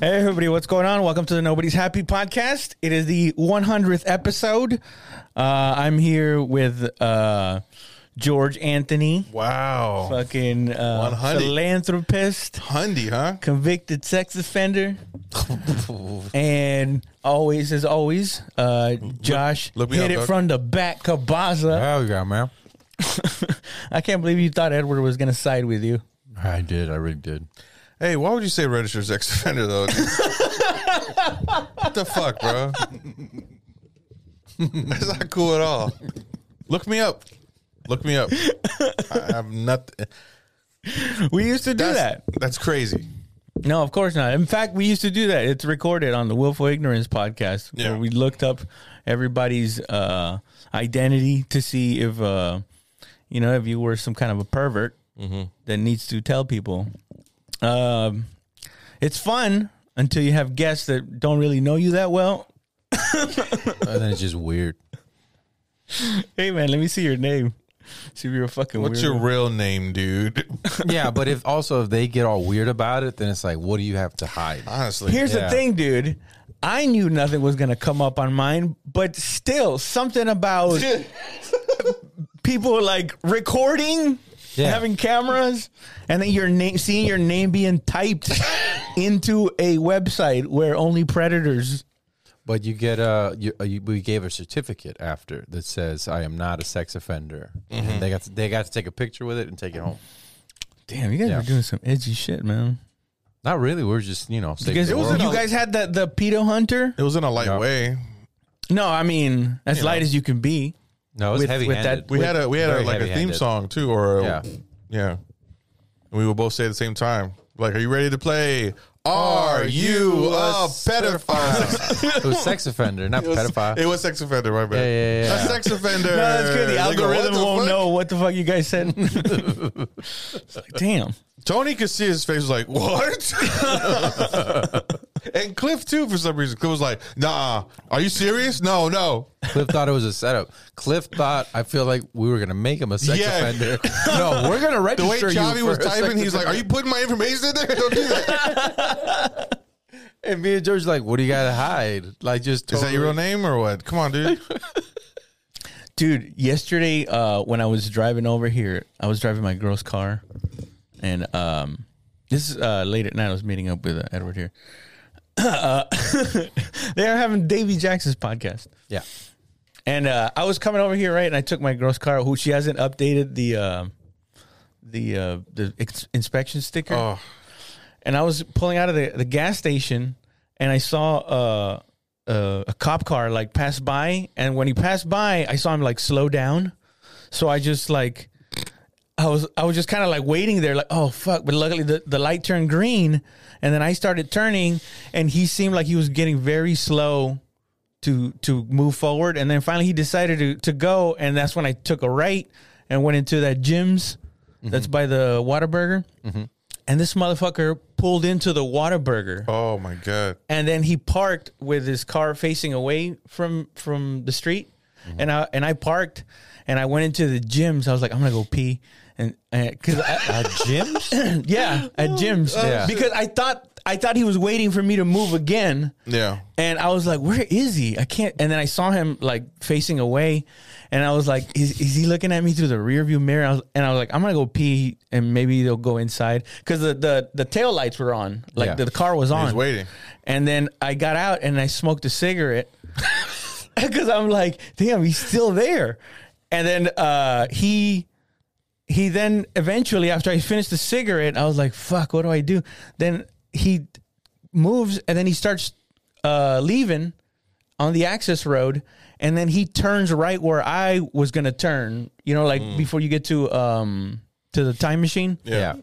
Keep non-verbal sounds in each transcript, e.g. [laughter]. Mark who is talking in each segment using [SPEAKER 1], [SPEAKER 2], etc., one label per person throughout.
[SPEAKER 1] Hey, everybody, what's going on? Welcome to the Nobody's Happy podcast. It is the 100th episode. Uh, I'm here with uh, George Anthony,
[SPEAKER 2] Wow.
[SPEAKER 1] fucking uh,
[SPEAKER 2] 100.
[SPEAKER 1] philanthropist,
[SPEAKER 2] Hundy, huh?
[SPEAKER 1] convicted sex offender, and always, as always, uh, Josh
[SPEAKER 2] look me
[SPEAKER 1] hit
[SPEAKER 2] up,
[SPEAKER 1] it
[SPEAKER 2] dog.
[SPEAKER 1] from the back, Kabaza.
[SPEAKER 3] Hell yeah, man.
[SPEAKER 1] [laughs] I can't believe you thought Edward was going to side with you.
[SPEAKER 3] I did. I really did.
[SPEAKER 2] Hey, why would you say registered sex offender though? what the fuck, bro? That's not cool at all. Look me up. Look me up. I, I'm not.
[SPEAKER 1] We used to do that.
[SPEAKER 2] That's, That's crazy.
[SPEAKER 1] No, of course not. In fact, we used to do that. It's recorded on the Willful Ignorance podcast
[SPEAKER 2] Yeah.
[SPEAKER 1] where we looked up everybody's uh, identity to see if, uh, you know, if you were some kind of a pervert
[SPEAKER 2] Mm-hmm.
[SPEAKER 1] that needs to tell people. Um, it's fun until you have guests that don't really know you that well.
[SPEAKER 3] And Uh, then it's just
[SPEAKER 2] [laughs]
[SPEAKER 3] weird.
[SPEAKER 1] Hey, man, let me see your name. See if you're a fucking
[SPEAKER 2] What's
[SPEAKER 1] weirdo.
[SPEAKER 2] your real name, dude? [laughs]
[SPEAKER 3] Yeah, but if also if they get all weird about it, then it's like, what do you have to hide?
[SPEAKER 2] Honestly,
[SPEAKER 1] Here's the
[SPEAKER 3] Yeah.
[SPEAKER 1] thing, dude. I knew nothing was gonna come up on mine, but still, something about people like recording,
[SPEAKER 3] Yeah.
[SPEAKER 1] having cameras, and then your name, seeing your name being typed into a website where only predators.
[SPEAKER 3] But you get a you, uh, you, we gave a certificate after that says I am not a sex offender. And they got to, they got to take a picture with it and take it home.
[SPEAKER 1] Damn, you guys
[SPEAKER 3] Yeah.
[SPEAKER 1] were doing some edgy shit, man.
[SPEAKER 3] Not really. We're just you know.
[SPEAKER 1] You guys,
[SPEAKER 3] it
[SPEAKER 2] in
[SPEAKER 1] you
[SPEAKER 2] a-
[SPEAKER 1] guys had the the pedo hunter.
[SPEAKER 2] it was in a light
[SPEAKER 3] Yeah.
[SPEAKER 2] way.
[SPEAKER 1] No, I mean as
[SPEAKER 2] You
[SPEAKER 1] light
[SPEAKER 2] know.
[SPEAKER 1] as you can be.
[SPEAKER 3] no, it's
[SPEAKER 1] with-
[SPEAKER 3] heavy
[SPEAKER 1] with that-
[SPEAKER 3] handed.
[SPEAKER 2] We had a we had a,
[SPEAKER 3] very
[SPEAKER 2] like a theme
[SPEAKER 3] heavy-handed.
[SPEAKER 2] song too, or a,
[SPEAKER 3] Yeah.
[SPEAKER 2] yeah. And we would both say at the same time, like, "Are you ready to play? Are you a [laughs] pedophile?"
[SPEAKER 3] it was sex offender, not pedophile.
[SPEAKER 2] [laughs] It was sex offender, my bad.
[SPEAKER 3] Yeah, yeah, yeah.
[SPEAKER 2] A sex offender.
[SPEAKER 1] No, that's good. The
[SPEAKER 2] Like,
[SPEAKER 1] algorithm
[SPEAKER 2] what the
[SPEAKER 1] won't
[SPEAKER 2] fuck?
[SPEAKER 1] know what the fuck you guys said. it's like, damn.
[SPEAKER 2] Tony could see his face was like, what? and Cliff too, for some reason. Cliff was like, nah. Are you serious? No, no.
[SPEAKER 3] Cliff thought it was a setup. Cliff thought I feel like we were gonna make him a sex
[SPEAKER 2] Yeah. [laughs]
[SPEAKER 3] offender. No, we're gonna
[SPEAKER 2] The
[SPEAKER 3] [laughs] register
[SPEAKER 2] way
[SPEAKER 3] you
[SPEAKER 2] Chavi
[SPEAKER 3] for
[SPEAKER 2] was
[SPEAKER 3] a sex
[SPEAKER 2] typing, he's like, Are you putting my information in there? Don't do that.
[SPEAKER 3] And me and George like, what do you got to hide? Like, just
[SPEAKER 2] Is that your
[SPEAKER 3] totally-
[SPEAKER 2] real name or what? Come on, dude.
[SPEAKER 1] dude yesterday uh when i was driving over here i was driving my girl's car and um this is uh late at night i was meeting up with uh, edward here [coughs] uh, [laughs] they are having davy jackson's podcast
[SPEAKER 3] Yeah,
[SPEAKER 1] and uh i was coming over here right and i took my girl's car who she hasn't updated the uh the uh the ex- inspection sticker
[SPEAKER 2] Oh,
[SPEAKER 1] and I was pulling out of the, the gas station and I saw uh, uh, a cop car like pass by. And when he passed by, I saw him like slow down. So I just like, I was I was just kind of like waiting there, like oh fuck. But luckily the, the light turned green, and then I started turning, and he seemed like he was getting very slow to to move forward. And then finally he decided to to go, and that's when I took a right and went into that gyms that's
[SPEAKER 3] Mm-hmm.
[SPEAKER 1] by the Waterburger. And this motherfucker pulled into the Waterburger,
[SPEAKER 2] oh my God.
[SPEAKER 1] and then he parked with his car facing away from from the street.
[SPEAKER 3] Mm-hmm.
[SPEAKER 1] And I and I parked, and I went into the gyms. I was like, I'm gonna go pee, and because
[SPEAKER 3] uh, gyms.
[SPEAKER 1] [clears throat] yeah, at gyms,
[SPEAKER 3] Yeah.
[SPEAKER 1] because I thought I thought he was waiting for me to move again.
[SPEAKER 2] Yeah.
[SPEAKER 1] And I was like, "Where is he? I can't." And then I saw him like facing away, and I was like, "Is, is he looking at me through the rearview mirror?" I was, and I was like, "I'm gonna go pee, and maybe they'll go inside because the, the the tail lights were on, like
[SPEAKER 3] Yeah.
[SPEAKER 1] the, car was on."
[SPEAKER 2] He's waiting.
[SPEAKER 1] And then I got out and I smoked a cigarette [laughs] because I'm like, "Damn, he's still there." And then uh, he he then eventually after I finished the cigarette, I was like, "Fuck, what do I do?" Then he moves and then he starts uh, leaving on the access road, and then he turns right where I was gonna turn. You know, like before you get to um to the time machine
[SPEAKER 3] Yeah.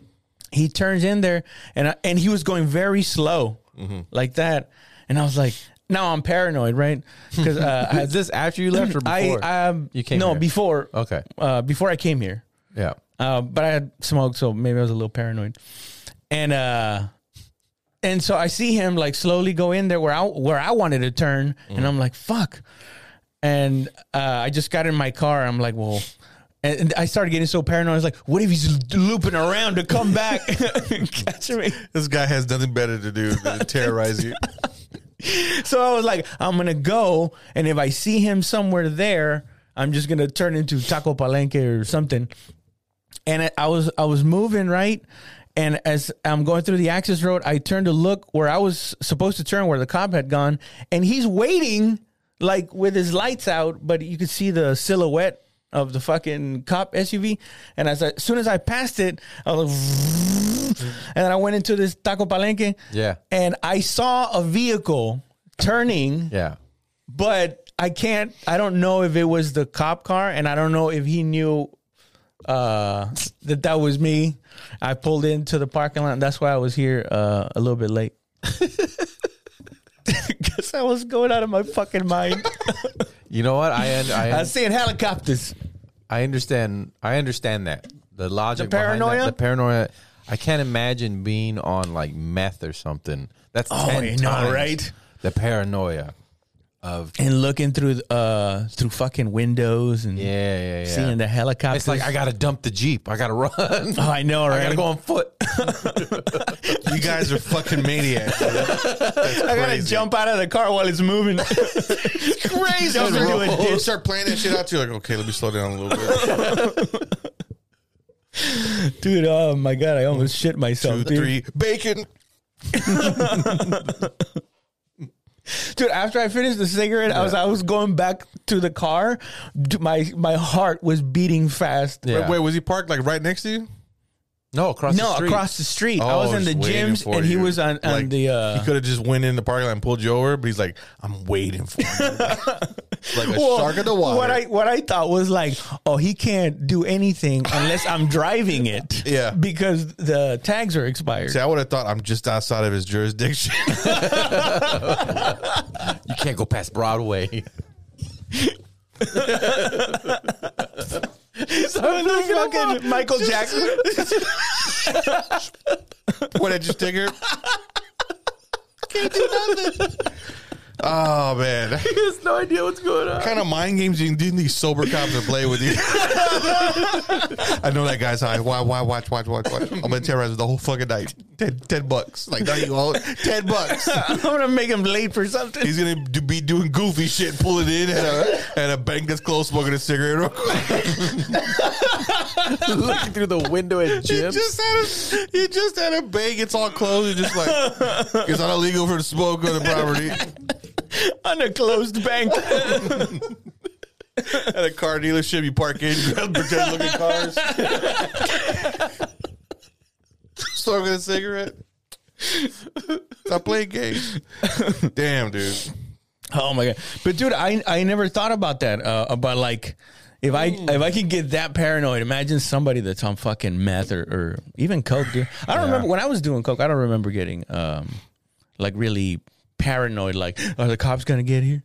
[SPEAKER 1] he turns in there and I, and he was going very slow
[SPEAKER 3] Mm-hmm.
[SPEAKER 1] like that and i was like now i'm paranoid right because uh,
[SPEAKER 3] Is [laughs] this after you
[SPEAKER 2] [clears throat]
[SPEAKER 3] left or
[SPEAKER 1] I,
[SPEAKER 3] before?
[SPEAKER 1] I um,
[SPEAKER 3] You came
[SPEAKER 1] no
[SPEAKER 3] here.
[SPEAKER 1] before
[SPEAKER 3] okay.
[SPEAKER 1] uh, before i came here
[SPEAKER 3] Yeah.
[SPEAKER 1] uh, but I had smoked, so maybe I was a little paranoid. And uh, and so I see him like slowly go in there where I where I wanted to turn, and I'm like, fuck. And uh, I just got in my car. I'm like, well, And and I started getting so paranoid. I was like, "What if he's looping around to come back [laughs] and catch me?"
[SPEAKER 2] This guy has nothing better to do
[SPEAKER 3] [laughs]
[SPEAKER 2] than terrorize you.
[SPEAKER 1] So I was like, "I'm gonna go, and if I see him somewhere there, I'm just gonna turn into Taco Palenque or something." And I- I was I was moving right, and as I'm going through the access road, I turned to look where I was supposed to turn, where the cop had gone, and he's waiting like with his lights out, but you could see the silhouette of the fucking cop SUV. And as, I, as soon as I passed it, I was like, and then I went into this Taco Palenque.
[SPEAKER 3] Yeah.
[SPEAKER 1] And I saw a vehicle turning,
[SPEAKER 3] Yeah.
[SPEAKER 1] but I can't, I don't know if it was the cop car and I don't know if he knew uh that that was me i pulled into the parking lot and that's why i was here uh a little bit [laughs] late because i was going out of my fucking mind
[SPEAKER 3] You know what? I un-
[SPEAKER 1] [laughs]
[SPEAKER 3] I,
[SPEAKER 1] i
[SPEAKER 3] un-
[SPEAKER 1] was seeing helicopters
[SPEAKER 3] I understand. I understand that the logic,
[SPEAKER 1] The
[SPEAKER 3] behind
[SPEAKER 1] paranoia?
[SPEAKER 3] that, the paranoia. I can't imagine being on like meth or something. That's oh,
[SPEAKER 1] I know, right?
[SPEAKER 3] The paranoia of
[SPEAKER 1] and looking through uh through fucking windows and
[SPEAKER 3] yeah, yeah, yeah.
[SPEAKER 1] seeing the helicopters.
[SPEAKER 3] it's like I gotta dump the jeep. I
[SPEAKER 1] [laughs]
[SPEAKER 3] gotta run.
[SPEAKER 1] oh,
[SPEAKER 3] I
[SPEAKER 1] I know, right?
[SPEAKER 3] gotta go on foot.
[SPEAKER 2] You guys are fucking
[SPEAKER 1] [laughs]
[SPEAKER 2] maniacs.
[SPEAKER 1] I gotta
[SPEAKER 2] crazy.
[SPEAKER 1] jump out of the car while it's moving. [laughs] it's crazy.
[SPEAKER 2] They'll
[SPEAKER 1] I'm gonna do a
[SPEAKER 2] start- they'll
[SPEAKER 1] ditch.
[SPEAKER 2] start playing that shit out to you. Like, okay, let me slow down a little bit.
[SPEAKER 1] dude. Oh my god, I almost shit
[SPEAKER 2] Two,
[SPEAKER 1] myself, dude.
[SPEAKER 2] three, bacon.
[SPEAKER 1] Dude, after I finished the cigarette, I was I was going back to the car. Dude, my my heart was beating fast.
[SPEAKER 3] Yeah.
[SPEAKER 2] Wait, was he parked like right next to you?
[SPEAKER 3] No, across the
[SPEAKER 1] No,
[SPEAKER 3] street.
[SPEAKER 1] across the street. I
[SPEAKER 2] Oh,
[SPEAKER 1] was in the
[SPEAKER 2] just waiting
[SPEAKER 1] gyms,
[SPEAKER 2] for
[SPEAKER 1] and he
[SPEAKER 2] you.
[SPEAKER 1] was on, on
[SPEAKER 2] Like,
[SPEAKER 1] the. Uh,
[SPEAKER 2] He could have just went in the parking lot and pulled you over, but he's like, "I'm waiting for you,
[SPEAKER 1] [laughs]
[SPEAKER 2] like a
[SPEAKER 1] Well,
[SPEAKER 2] shark in the water."
[SPEAKER 1] What I what I thought was like, oh, he can't do anything unless I'm driving it.
[SPEAKER 2] [laughs] Yeah.
[SPEAKER 1] because the tags are expired.
[SPEAKER 2] See, I would have thought I'm just outside of his jurisdiction.
[SPEAKER 3] You can't go past Broadway.
[SPEAKER 1] [laughs]
[SPEAKER 3] [laughs]
[SPEAKER 1] So the fucking
[SPEAKER 2] [laughs]
[SPEAKER 1] Michael Jackson.
[SPEAKER 2] what did you sticker? Can't do nothing. Oh man, he has no idea what's going on. What kind of mind games you do these sober cops to play with you? [laughs] I know that guy's high. Why? Why? Watch! Watch! Watch! Watch! I'm gonna terrorize him the whole fucking night. Ten, ten bucks. Like no, you all ten bucks.
[SPEAKER 1] [laughs] I'm gonna make him late for something.
[SPEAKER 2] He's gonna do, be doing goofy shit, pulling in at a, at a bank that's closed, smoking a cigarette. Real quick.
[SPEAKER 3] Looking through the
[SPEAKER 1] [laughs]
[SPEAKER 3] window at
[SPEAKER 2] He
[SPEAKER 3] gyms.
[SPEAKER 2] just had a he just had a bank. It's all closed. It's just like it's not illegal for the smoke on the property.
[SPEAKER 1] [laughs] on a closed
[SPEAKER 2] [laughs]
[SPEAKER 1] bank.
[SPEAKER 2] At a car dealership, you [laughs] park in, grab pretend looking cars, smoking a cigarette. Stop playing games. Damn, dude.
[SPEAKER 1] [laughs] oh my god! But dude, I I never thought about that. Uh, about like. If I
[SPEAKER 2] Hmm.
[SPEAKER 1] if I could get that paranoid, imagine somebody that's on fucking meth or, or even coke. Dude. I don't remember when I was doing coke. I don't remember getting um like really paranoid. Like, are the cops gonna get here?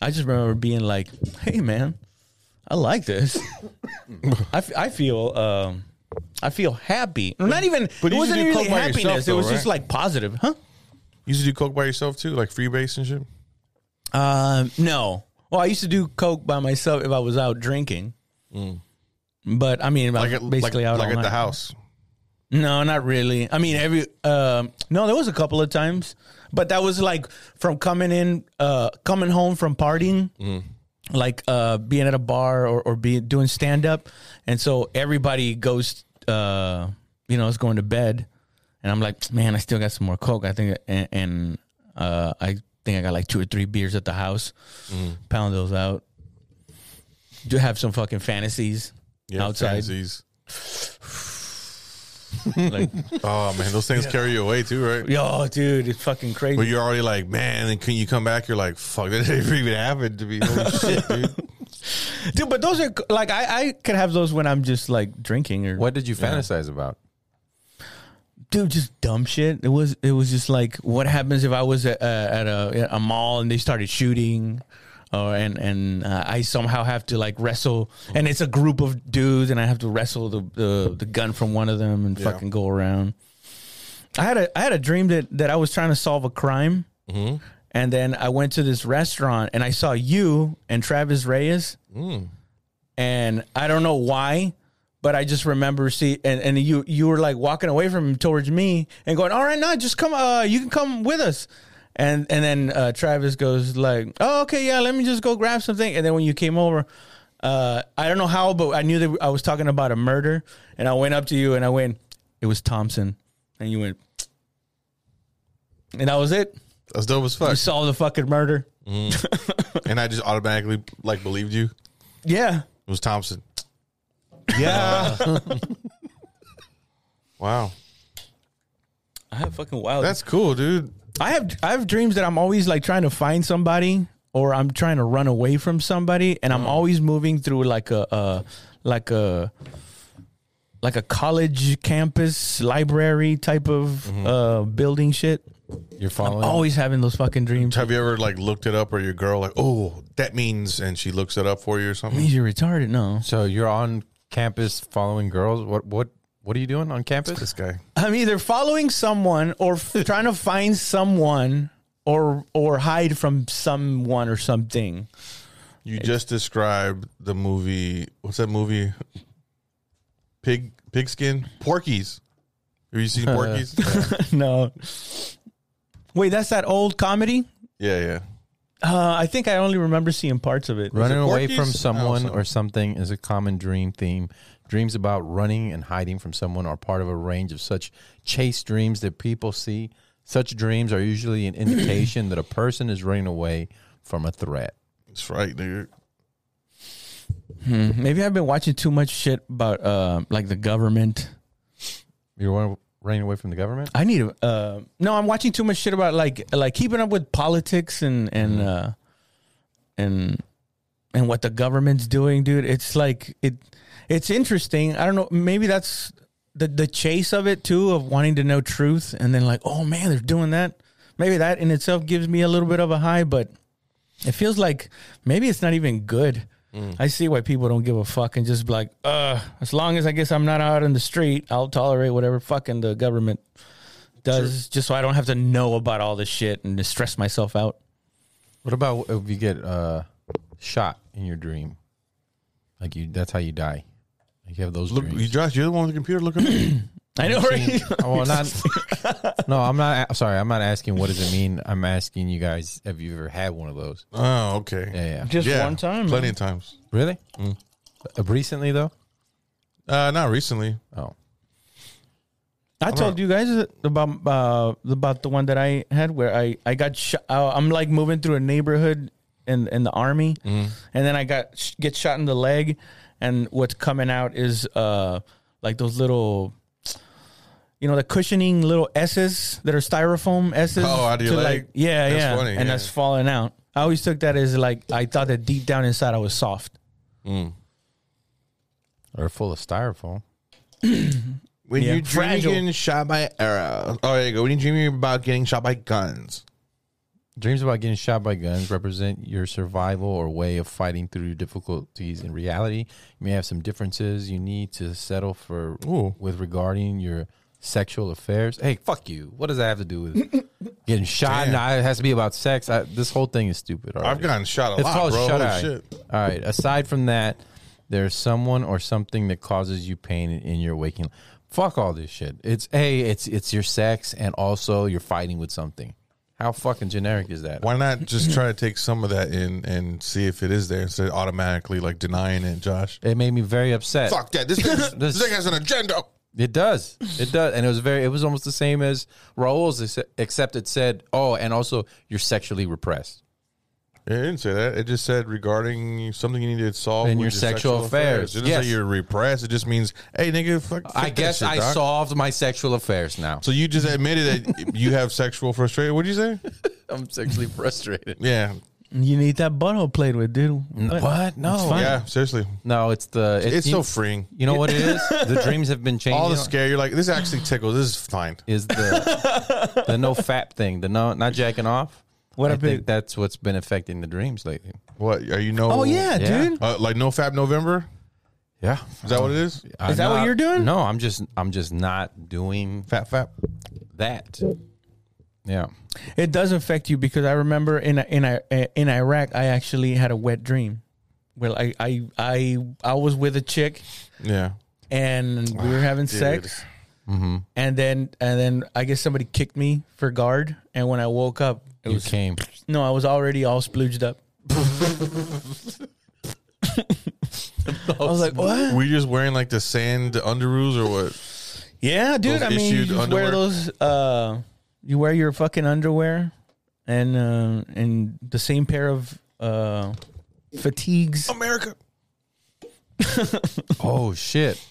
[SPEAKER 1] I just remember being like, "Hey, man, I like this. [laughs] I, f- I feel um I feel happy. Not even
[SPEAKER 2] Mm. But
[SPEAKER 1] it
[SPEAKER 2] you
[SPEAKER 1] wasn't
[SPEAKER 2] should do
[SPEAKER 1] really
[SPEAKER 2] coke by yourself,
[SPEAKER 1] happiness. it
[SPEAKER 2] though,
[SPEAKER 1] was just
[SPEAKER 2] right?
[SPEAKER 1] like positive, huh?
[SPEAKER 2] You used to do coke by yourself too, like freebase and shit.
[SPEAKER 1] Uh, Um, no. Well, I used to do coke by myself if I was out drinking. But I mean,
[SPEAKER 2] Mm.
[SPEAKER 1] like
[SPEAKER 2] Like at,
[SPEAKER 1] basically
[SPEAKER 2] like,
[SPEAKER 1] out
[SPEAKER 2] like
[SPEAKER 1] all
[SPEAKER 2] at the
[SPEAKER 1] night.
[SPEAKER 2] house.
[SPEAKER 1] No, not really. I mean, every um, no, there was a couple of times, but that was like from coming in, uh, coming home from partying, like uh, being at a bar or or being doing stand up, and so everybody goes, uh, you know, is going to bed, and I'm like, man, I still got some more coke. I think, and, and uh, I think I got like two or three beers at the house. Pound those out. Do have some fucking fantasies outside,
[SPEAKER 2] fantasies.
[SPEAKER 1] like.
[SPEAKER 2] Oh man, those things carry you away too,
[SPEAKER 1] [laughs]
[SPEAKER 2] right?
[SPEAKER 1] Yo, dude, it's fucking crazy.
[SPEAKER 2] But you're already like, man, and can you come back? You're like, fuck, [laughs] that never even happened to me. Holy shit, dude.
[SPEAKER 1] dude. But those are like I, I could have those when I'm just like drinking or
[SPEAKER 3] What did you fantasize about?
[SPEAKER 1] dude, just dumb shit. It was it was just like what happens if I was at, uh, at a at a mall and they started shooting. Or and and uh, I somehow have to like wrestle, and it's a group of dudes, and I have to wrestle the the, the gun from one of them and fucking go around. I had a I had a dream that that I was trying to solve a crime, and then I went to this restaurant and I saw you and Travis Reyes, and I don't know why, but I just remember see and, and you you were like walking away from him towards me and going, All right, no, just come uh you can come with us. And and then uh, Travis goes like, Oh, okay, yeah, let me just go grab something. And then when you came over, uh I don't know how, but I knew that I was talking about a murder and I went up to you and I went, It was Thompson. And you went and that was it.
[SPEAKER 2] That's dope as
[SPEAKER 1] You
[SPEAKER 2] fuck.
[SPEAKER 1] solved the fucking murder.
[SPEAKER 2] And I just automatically like believed you.
[SPEAKER 1] Yeah.
[SPEAKER 2] It was Thompson. Yeah. [laughs] wow.
[SPEAKER 1] I have fucking wild.
[SPEAKER 2] That's cool, dude.
[SPEAKER 1] I have I have dreams that I'm always like trying to find somebody or I'm trying to run away from somebody and I'm always moving through like a uh like a like a college campus library type of uh building shit.
[SPEAKER 3] You're following.
[SPEAKER 1] Always having those fucking dreams.
[SPEAKER 2] Have you ever like looked it up or your girl like, oh, that means and she looks it up for you or something?
[SPEAKER 1] Means You're retarded, no.
[SPEAKER 3] So you're on campus following girls. What what what are you doing on campus?
[SPEAKER 2] This guy.
[SPEAKER 1] I'm either following someone or f- trying to find someone or or hide from someone or something. [laughs]
[SPEAKER 2] You just described the movie what's that movie? Pig pigskin? Porkies. Have you seen Porkies?
[SPEAKER 1] no. Wait, that's that old comedy?
[SPEAKER 2] yeah, yeah.
[SPEAKER 1] Uh, I think I only remember seeing parts of it.
[SPEAKER 3] Running
[SPEAKER 2] it
[SPEAKER 3] away
[SPEAKER 2] Porky's? Oh,
[SPEAKER 3] from
[SPEAKER 2] No,
[SPEAKER 3] someone
[SPEAKER 2] some-
[SPEAKER 3] or something is a common dream theme. Dreams about running and hiding from someone are part of a range of such chase dreams that people see. Such dreams are usually an indication that a person is running away from a threat.
[SPEAKER 2] That's right, dude.
[SPEAKER 1] Maybe I've been watching too much shit about uh, like the government.
[SPEAKER 3] You're run- running away from the government?
[SPEAKER 1] I need to. Uh, no, I'm watching too much shit about like like keeping up with politics and and uh, and and what the government's doing, dude. It's like it. It's interesting. I don't know. Maybe that's the the chase of it too, of wanting to know truth, and then like, oh man, they're doing that. Maybe that in itself gives me a little bit of a high, but it feels like maybe it's not even good. I see why people don't give a fuck and just be like, uh, as long as I guess I'm not out in the street, I'll tolerate whatever fucking the government does, just so I don't have to know about all this shit and to stress myself out.
[SPEAKER 3] What about if you get uh, shot in your dream? Like you, that's how you die. Like you have those
[SPEAKER 2] Look,
[SPEAKER 3] dreams.
[SPEAKER 2] you, Josh, you're the one with the computer. Look at me.
[SPEAKER 1] I know, right?
[SPEAKER 3] Oh, well, not.
[SPEAKER 2] [laughs]
[SPEAKER 3] no, I'm not. a- Sorry, I'm not asking. What does it mean? I'm asking you guys. Have you ever had one of those?
[SPEAKER 2] Oh, okay.
[SPEAKER 3] Yeah, yeah.
[SPEAKER 1] [laughs] just
[SPEAKER 2] Yeah,
[SPEAKER 1] one time.
[SPEAKER 2] Plenty of times.
[SPEAKER 3] Really?
[SPEAKER 2] Mm.
[SPEAKER 3] Uh, Recently, though.
[SPEAKER 2] Uh, not recently.
[SPEAKER 3] Oh,
[SPEAKER 1] I told you guys about uh, about the one that I had where I I got shot. Uh, I'm like moving through a neighborhood in in the army,
[SPEAKER 2] Mm-hmm.
[SPEAKER 1] and then I got sh- get shot in the leg, and what's coming out is uh like those little. You know the cushioning little S's that are styrofoam S's.
[SPEAKER 2] Oh, out of your
[SPEAKER 1] to,
[SPEAKER 2] leg?
[SPEAKER 1] Like, yeah,
[SPEAKER 2] That's
[SPEAKER 1] yeah,
[SPEAKER 2] funny,
[SPEAKER 1] and
[SPEAKER 2] yeah.
[SPEAKER 1] that's falling out. I always took that as like I thought that deep down inside I was soft.
[SPEAKER 3] or full of styrofoam.
[SPEAKER 2] When
[SPEAKER 1] Yeah.
[SPEAKER 2] you dream you're
[SPEAKER 1] Fragile.
[SPEAKER 2] getting shot by arrows. Oh, there you go. When you dream you're about getting shot by guns.
[SPEAKER 3] Dreams about getting shot by guns represent your survival or way of fighting through difficulties in reality. You may have some differences you need to settle for
[SPEAKER 2] Ooh.
[SPEAKER 3] with regarding your sexual affairs. Hey, fuck you. What does that have to do with getting shot?
[SPEAKER 2] Damn.
[SPEAKER 3] Nah, it has to be about sex. I, this whole thing is stupid.
[SPEAKER 2] I've
[SPEAKER 3] already.
[SPEAKER 2] gotten shot a
[SPEAKER 3] It's
[SPEAKER 2] lot,
[SPEAKER 3] called
[SPEAKER 2] bro.
[SPEAKER 3] shut
[SPEAKER 2] Holy
[SPEAKER 3] eye.
[SPEAKER 2] shit.
[SPEAKER 3] All right. Aside from that, there's someone or something that causes you pain in, in your waking. Fuck all this shit. It's a. It's it's your sex, and also you're fighting with something. How fucking generic is that?
[SPEAKER 2] Why not just try to take some of that in and see if it is there instead of automatically like denying it, Josh?
[SPEAKER 3] It made me very upset.
[SPEAKER 2] Fuck that.
[SPEAKER 3] [laughs]
[SPEAKER 2] This thing, this thing has an agenda.
[SPEAKER 3] It does. It does. And it was very. It was almost the same as Raul's, ex- except it said, "Oh, and also you're sexually repressed
[SPEAKER 2] It didn't say that. It just said regarding something you need to solve
[SPEAKER 3] In
[SPEAKER 2] with
[SPEAKER 3] your sexual affairs.
[SPEAKER 2] It doesn't
[SPEAKER 3] Yes.
[SPEAKER 2] say you're repressed. It just means, hey, nigga, fuck. fuck
[SPEAKER 3] I
[SPEAKER 2] that
[SPEAKER 3] guess
[SPEAKER 2] shit,
[SPEAKER 3] I
[SPEAKER 2] dog.
[SPEAKER 3] solved my sexual affairs now.
[SPEAKER 2] So you just admitted that [laughs] you have sexual frustration. What'd you say?
[SPEAKER 3] I'm
[SPEAKER 2] [laughs]
[SPEAKER 3] sexually frustrated.
[SPEAKER 2] Yeah,
[SPEAKER 1] You need that butthole played with, dude.
[SPEAKER 3] What? No.
[SPEAKER 1] It's fine.
[SPEAKER 2] yeah. Seriously,
[SPEAKER 3] No, it's the
[SPEAKER 2] it's
[SPEAKER 3] you-
[SPEAKER 2] so freeing.
[SPEAKER 3] You know what it
[SPEAKER 1] [laughs]
[SPEAKER 3] is? The dreams have been changing.
[SPEAKER 2] All the scare. You're like, this actually tickles. This is fine.
[SPEAKER 3] is the the no fap thing, the no not jacking off.
[SPEAKER 1] What
[SPEAKER 3] I
[SPEAKER 1] a
[SPEAKER 3] think
[SPEAKER 1] big-
[SPEAKER 3] that's what's been affecting the dreams lately.
[SPEAKER 2] What are you? No.
[SPEAKER 1] Oh yeah,
[SPEAKER 3] Yeah.
[SPEAKER 1] dude.
[SPEAKER 2] Uh, like no Fab November.
[SPEAKER 3] Yeah,
[SPEAKER 2] Is that what it is?
[SPEAKER 1] Is that what you're doing?
[SPEAKER 3] No, I'm just I'm just not doing
[SPEAKER 2] Fat Fab.
[SPEAKER 3] that. Yeah,
[SPEAKER 1] It does affect you because I remember in in in Iraq I actually had a wet dream. Well, I I I I was with a chick
[SPEAKER 2] Yeah.
[SPEAKER 1] and we
[SPEAKER 2] Ah,
[SPEAKER 1] were having sex. And then and then I guess somebody kicked me for guard. And when I woke up, it
[SPEAKER 3] You
[SPEAKER 1] was
[SPEAKER 3] came.
[SPEAKER 1] no, I was already all splooged up. I was like, what?
[SPEAKER 2] Were you just wearing like the sand underoos or what?
[SPEAKER 1] Yeah, dude.
[SPEAKER 2] Those
[SPEAKER 1] I mean, you
[SPEAKER 2] issued
[SPEAKER 1] just
[SPEAKER 2] underwear?
[SPEAKER 1] wear those. Uh, you wear your fucking underwear, and uh, and the same pair of uh, fatigues.
[SPEAKER 2] America.
[SPEAKER 3] Oh shit!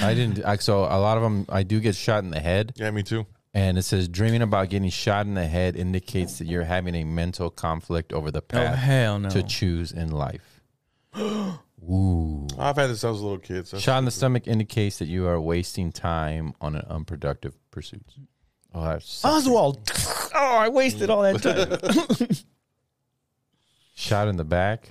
[SPEAKER 3] I didn't. I, so a lot of them, I do get shot in the head.
[SPEAKER 2] Yeah, me too.
[SPEAKER 3] And it says dreaming about getting shot in the head indicates that you're having a mental conflict over the
[SPEAKER 1] Oh
[SPEAKER 3] path
[SPEAKER 1] hell no!
[SPEAKER 3] to choose in life. [gasps]
[SPEAKER 2] I've had this since I was a little kid. So
[SPEAKER 3] Shot in the stomach indicates that you are wasting time on an unproductive pursuit. Oh, that's
[SPEAKER 1] Ah!
[SPEAKER 3] sexy.
[SPEAKER 1] Oswald. [sniffs] Oh, I wasted all
[SPEAKER 2] [laughs]
[SPEAKER 1] that time.
[SPEAKER 3] shot in the back.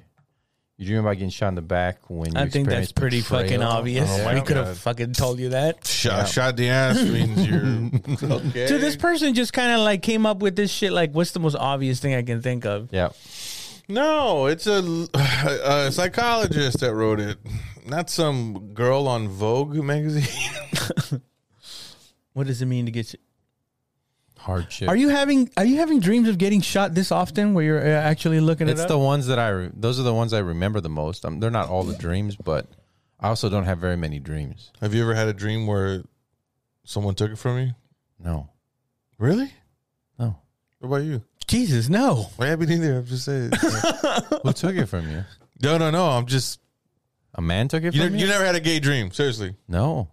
[SPEAKER 3] You dream about getting shot in the back when you
[SPEAKER 1] I think that's
[SPEAKER 3] experience
[SPEAKER 1] pretty
[SPEAKER 3] betrayal.
[SPEAKER 1] fucking obvious.
[SPEAKER 3] Oh,
[SPEAKER 1] he
[SPEAKER 3] my
[SPEAKER 1] could
[SPEAKER 3] God.
[SPEAKER 1] have fucking told you that.
[SPEAKER 2] shot, shot the ass means [laughs] you're okay.
[SPEAKER 1] Dude, this person just kind of like came up with this shit. Like, what's the most obvious thing I can think of?
[SPEAKER 3] Yeah.
[SPEAKER 2] No, it's a, a psychologist that wrote it, not some girl on Vogue magazine. [laughs]
[SPEAKER 1] What does it mean to get? You?
[SPEAKER 3] Hardship.
[SPEAKER 1] Are you having Are you having dreams of getting shot this often, where you're uh, actually looking at
[SPEAKER 3] It's
[SPEAKER 1] up?
[SPEAKER 3] the ones that I. Re- those are the ones I remember the most. Um, they're not all the dreams, but I also don't have very many dreams.
[SPEAKER 2] Have you ever had a dream where someone took it from you?
[SPEAKER 3] No.
[SPEAKER 2] Really?
[SPEAKER 3] No.
[SPEAKER 2] What about you?
[SPEAKER 1] Jesus, no.
[SPEAKER 2] I haven't either. I'm just saying.
[SPEAKER 3] Who took it from you?
[SPEAKER 2] no, no, no. I'm just.
[SPEAKER 3] A man took it
[SPEAKER 2] You,
[SPEAKER 3] from
[SPEAKER 2] ne-
[SPEAKER 3] you.
[SPEAKER 2] you never had a gay dream, seriously.
[SPEAKER 1] [laughs]
[SPEAKER 3] No.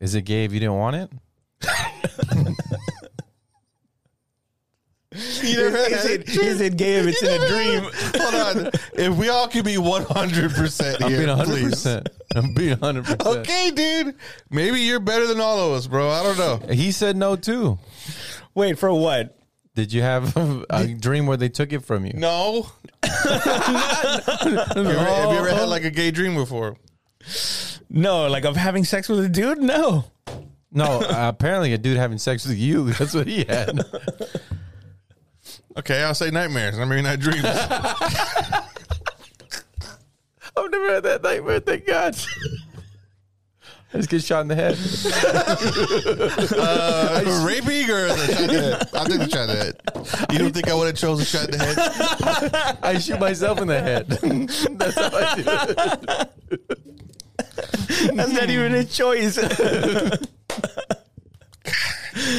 [SPEAKER 3] Is it gay if you didn't want it?
[SPEAKER 2] You never
[SPEAKER 1] [laughs]
[SPEAKER 2] had
[SPEAKER 1] Is
[SPEAKER 2] a
[SPEAKER 1] it,
[SPEAKER 2] dream?
[SPEAKER 1] is it gay if it's in a dream?
[SPEAKER 2] [laughs] Hold on. If we all could be 100% here,
[SPEAKER 3] I'm being 100.
[SPEAKER 2] please.
[SPEAKER 3] percent I'm being 100. percent
[SPEAKER 2] Okay, dude. Maybe you're better than all of us, bro. I don't know.
[SPEAKER 3] He said no too.
[SPEAKER 1] Wait, for what?
[SPEAKER 3] Did you have [laughs] a, dream where they took it from you?
[SPEAKER 2] No. have, you ever, have you ever had like a gay dream before?
[SPEAKER 1] No, like of having sex with a dude? No.
[SPEAKER 3] No, uh, apparently a dude having sex with you. [laughs] That's what he had.
[SPEAKER 2] Okay, I'll say nightmares. I mean, not dreams. Uh,
[SPEAKER 3] I've never had that nightmare. Thank God. I just get shot in the head.
[SPEAKER 2] Uh, rapey girl that shot the head. I'll take the shot in the head. You don't think I would have chosen shot in the head?
[SPEAKER 3] I shoot myself in the [laughs] head. That's how I do. it.
[SPEAKER 1] [laughs] That's not even a [laughs] choice.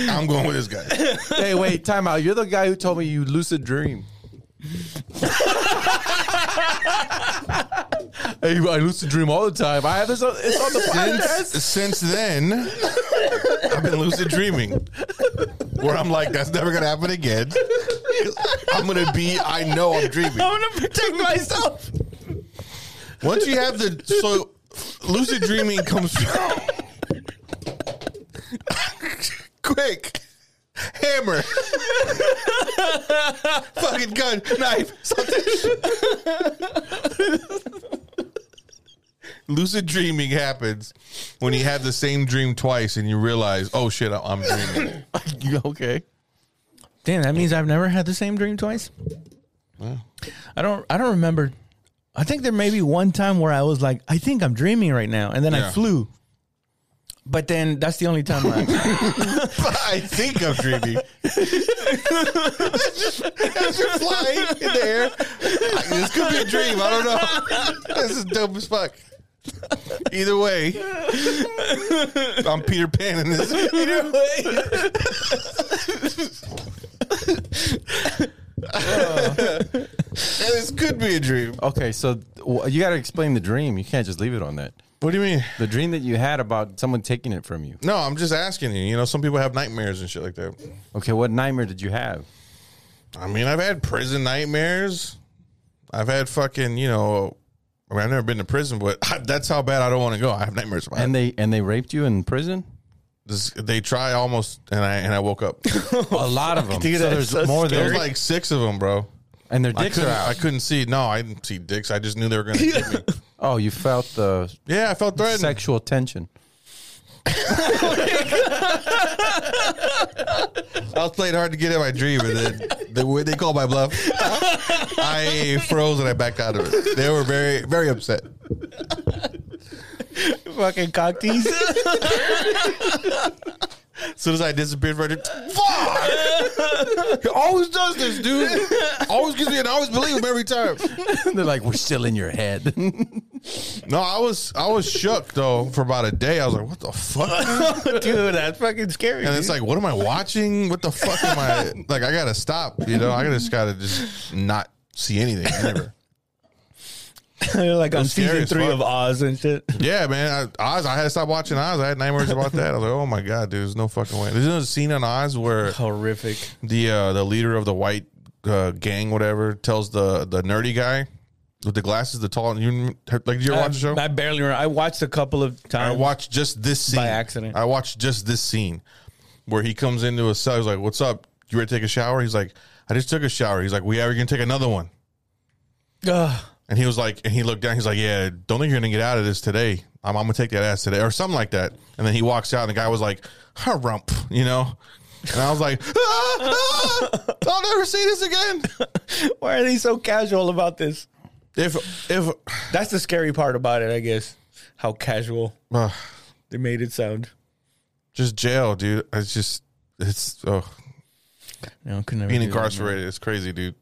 [SPEAKER 2] I'm going with this guy.
[SPEAKER 3] Hey, wait, time out. You're the guy who told me you lucid dream. [laughs] hey, I lucid dream all the time. I have this. On, it's on the podcast.
[SPEAKER 2] Since, since then, I've been lucid dreaming, where I'm like, that's never gonna happen again. I'm gonna be. I know I'm dreaming.
[SPEAKER 1] I'm gonna protect myself.
[SPEAKER 2] Once you have the so lucid dreaming comes from quick hammer fucking gun knife something lucid dreaming happens when you have the same dream twice and you realize oh shit I- i'm dreaming
[SPEAKER 3] You
[SPEAKER 2] [laughs]
[SPEAKER 3] okay?
[SPEAKER 1] Damn, that means I've never had the same dream twice. I don't. I don't remember. I think there may be one time where I was like, I think I'm dreaming right now, and then
[SPEAKER 2] Yeah.
[SPEAKER 1] I flew. But then that's the only time
[SPEAKER 2] [laughs]
[SPEAKER 1] I. [laughs]
[SPEAKER 2] i think i'm dreaming as you're flying in the air. This could be a dream. I don't know. This is dope as fuck. Either way, I'm Peter Pan in this.
[SPEAKER 1] Either way.
[SPEAKER 2] Uh, This could be a dream.
[SPEAKER 3] Okay, so w- you got to explain the dream. You can't just leave it on that.
[SPEAKER 2] What do you mean?
[SPEAKER 3] The dream that you had about someone taking it from you.
[SPEAKER 2] No, I'm just asking you. You know, some people have nightmares and shit like that.
[SPEAKER 3] Okay, what nightmare did you have?
[SPEAKER 2] I mean, I've had prison nightmares. I've had fucking, you know, I mean, I've never been to prison, but [laughs] that's how bad I don't want to go. I have nightmares about
[SPEAKER 3] And they
[SPEAKER 2] it.
[SPEAKER 3] and they raped you in prison.
[SPEAKER 1] [laughs]
[SPEAKER 2] This, they try almost, and I and I
[SPEAKER 3] [laughs]
[SPEAKER 2] woke up. There
[SPEAKER 3] a lot of them.
[SPEAKER 1] dude,
[SPEAKER 3] so
[SPEAKER 1] that's
[SPEAKER 3] there's
[SPEAKER 1] so
[SPEAKER 3] more
[SPEAKER 2] was
[SPEAKER 3] there,
[SPEAKER 2] like six of them, bro.
[SPEAKER 3] and their
[SPEAKER 2] I
[SPEAKER 3] dicks are
[SPEAKER 2] couldn't, I
[SPEAKER 3] out.
[SPEAKER 2] couldn't see. No, I didn't see dicks. I just knew they were
[SPEAKER 3] [laughs]
[SPEAKER 2] going to hit me.
[SPEAKER 3] Oh, you felt the
[SPEAKER 1] [laughs]
[SPEAKER 2] Yeah, I felt threatened.
[SPEAKER 3] sexual tension.
[SPEAKER 2] I was playing hard to get in my dream, and then the way they called
[SPEAKER 3] [laughs]
[SPEAKER 2] my bluff, I froze and I backed out of it. They were very, very upset.
[SPEAKER 1] Fucking cock tease.
[SPEAKER 2] As soon as I disappeared from it, fuck! He [laughs] always does this, dude. Always gives me, and I always believe him every time.
[SPEAKER 3] [laughs] They're like, we're still in your head. [laughs]
[SPEAKER 2] No, I was, I was shook though for about a day. I was like, what the fuck?
[SPEAKER 1] [laughs] Dude, that's fucking scary.
[SPEAKER 2] And
[SPEAKER 1] [laughs]
[SPEAKER 2] it's like, what am I watching? What the fuck am I? Like, I gotta stop. You know, I just gotta just not see anything ever.
[SPEAKER 1] like on
[SPEAKER 2] was scary
[SPEAKER 1] season
[SPEAKER 2] as
[SPEAKER 1] three
[SPEAKER 2] fuck.
[SPEAKER 1] of Oz and
[SPEAKER 2] [laughs]
[SPEAKER 1] shit.
[SPEAKER 2] Yeah, man. I, Oz, I had to stop watching Oz. I had nightmares about that. I was like, oh my god, dude, there's no fucking way. There's a scene on Oz where
[SPEAKER 1] Horrific.
[SPEAKER 2] the uh, the leader of the white uh, gang, whatever, tells the the nerdy guy with the glasses, the tall. You like? Did you
[SPEAKER 1] Uh,
[SPEAKER 2] ever watch the show?
[SPEAKER 1] I barely remember. I watched a couple of
[SPEAKER 2] I
[SPEAKER 1] times.
[SPEAKER 2] watched just this scene
[SPEAKER 1] By accident.
[SPEAKER 2] I watched just this scene where he comes into a cell. He's like, "What's up? You ready to take a shower?" He's like, "I just took a shower." He's like, "We ever gonna take another one?"
[SPEAKER 1] Ugh.
[SPEAKER 2] And he was like, and he looked down. He's like, "Yeah, don't think you're gonna get out of this today. I'm, I'm gonna take that ass today, or something like that." And then he walks out, and the guy was like, "Rump," you know. And I was like, [laughs] "Ah, ah, "I'll never see this again."
[SPEAKER 1] [laughs] Why are they so casual about this?
[SPEAKER 2] If if
[SPEAKER 1] That's the scary part about it, I guess. How casual
[SPEAKER 2] uh,
[SPEAKER 1] they made it sound.
[SPEAKER 2] just jail, dude. It's just it's oh,
[SPEAKER 1] No, could never.
[SPEAKER 2] being incarcerated. It's crazy, dude.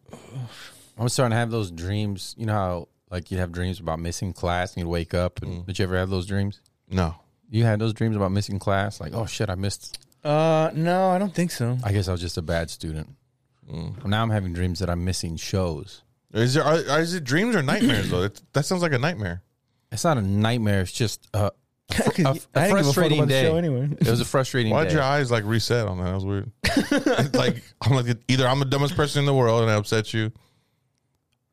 [SPEAKER 3] I'm starting to have those dreams. You know how like you have dreams about missing class and you wake up and did you ever have those dreams?
[SPEAKER 2] No,
[SPEAKER 3] You had those dreams about missing class, like, oh shit, I missed
[SPEAKER 1] Uh, no, I don't think so. [laughs]
[SPEAKER 3] I guess I was just a bad student. Now I'm having dreams that I'm missing shows.
[SPEAKER 2] Is there are, are- is it dreams or nightmares though? That, that sounds like a nightmare.
[SPEAKER 3] It's not a nightmare. It's just a, a, fr- a,
[SPEAKER 1] I
[SPEAKER 3] a
[SPEAKER 1] didn't give a fuck
[SPEAKER 3] frustrating
[SPEAKER 1] about the
[SPEAKER 3] day.
[SPEAKER 1] show anyway.
[SPEAKER 3] It was a frustrating
[SPEAKER 2] Why'd
[SPEAKER 3] day.
[SPEAKER 2] your eyes like reset on that? That
[SPEAKER 3] [laughs]
[SPEAKER 2] was weird. It's like I'm like either I'm the dumbest person in the world and I upset you,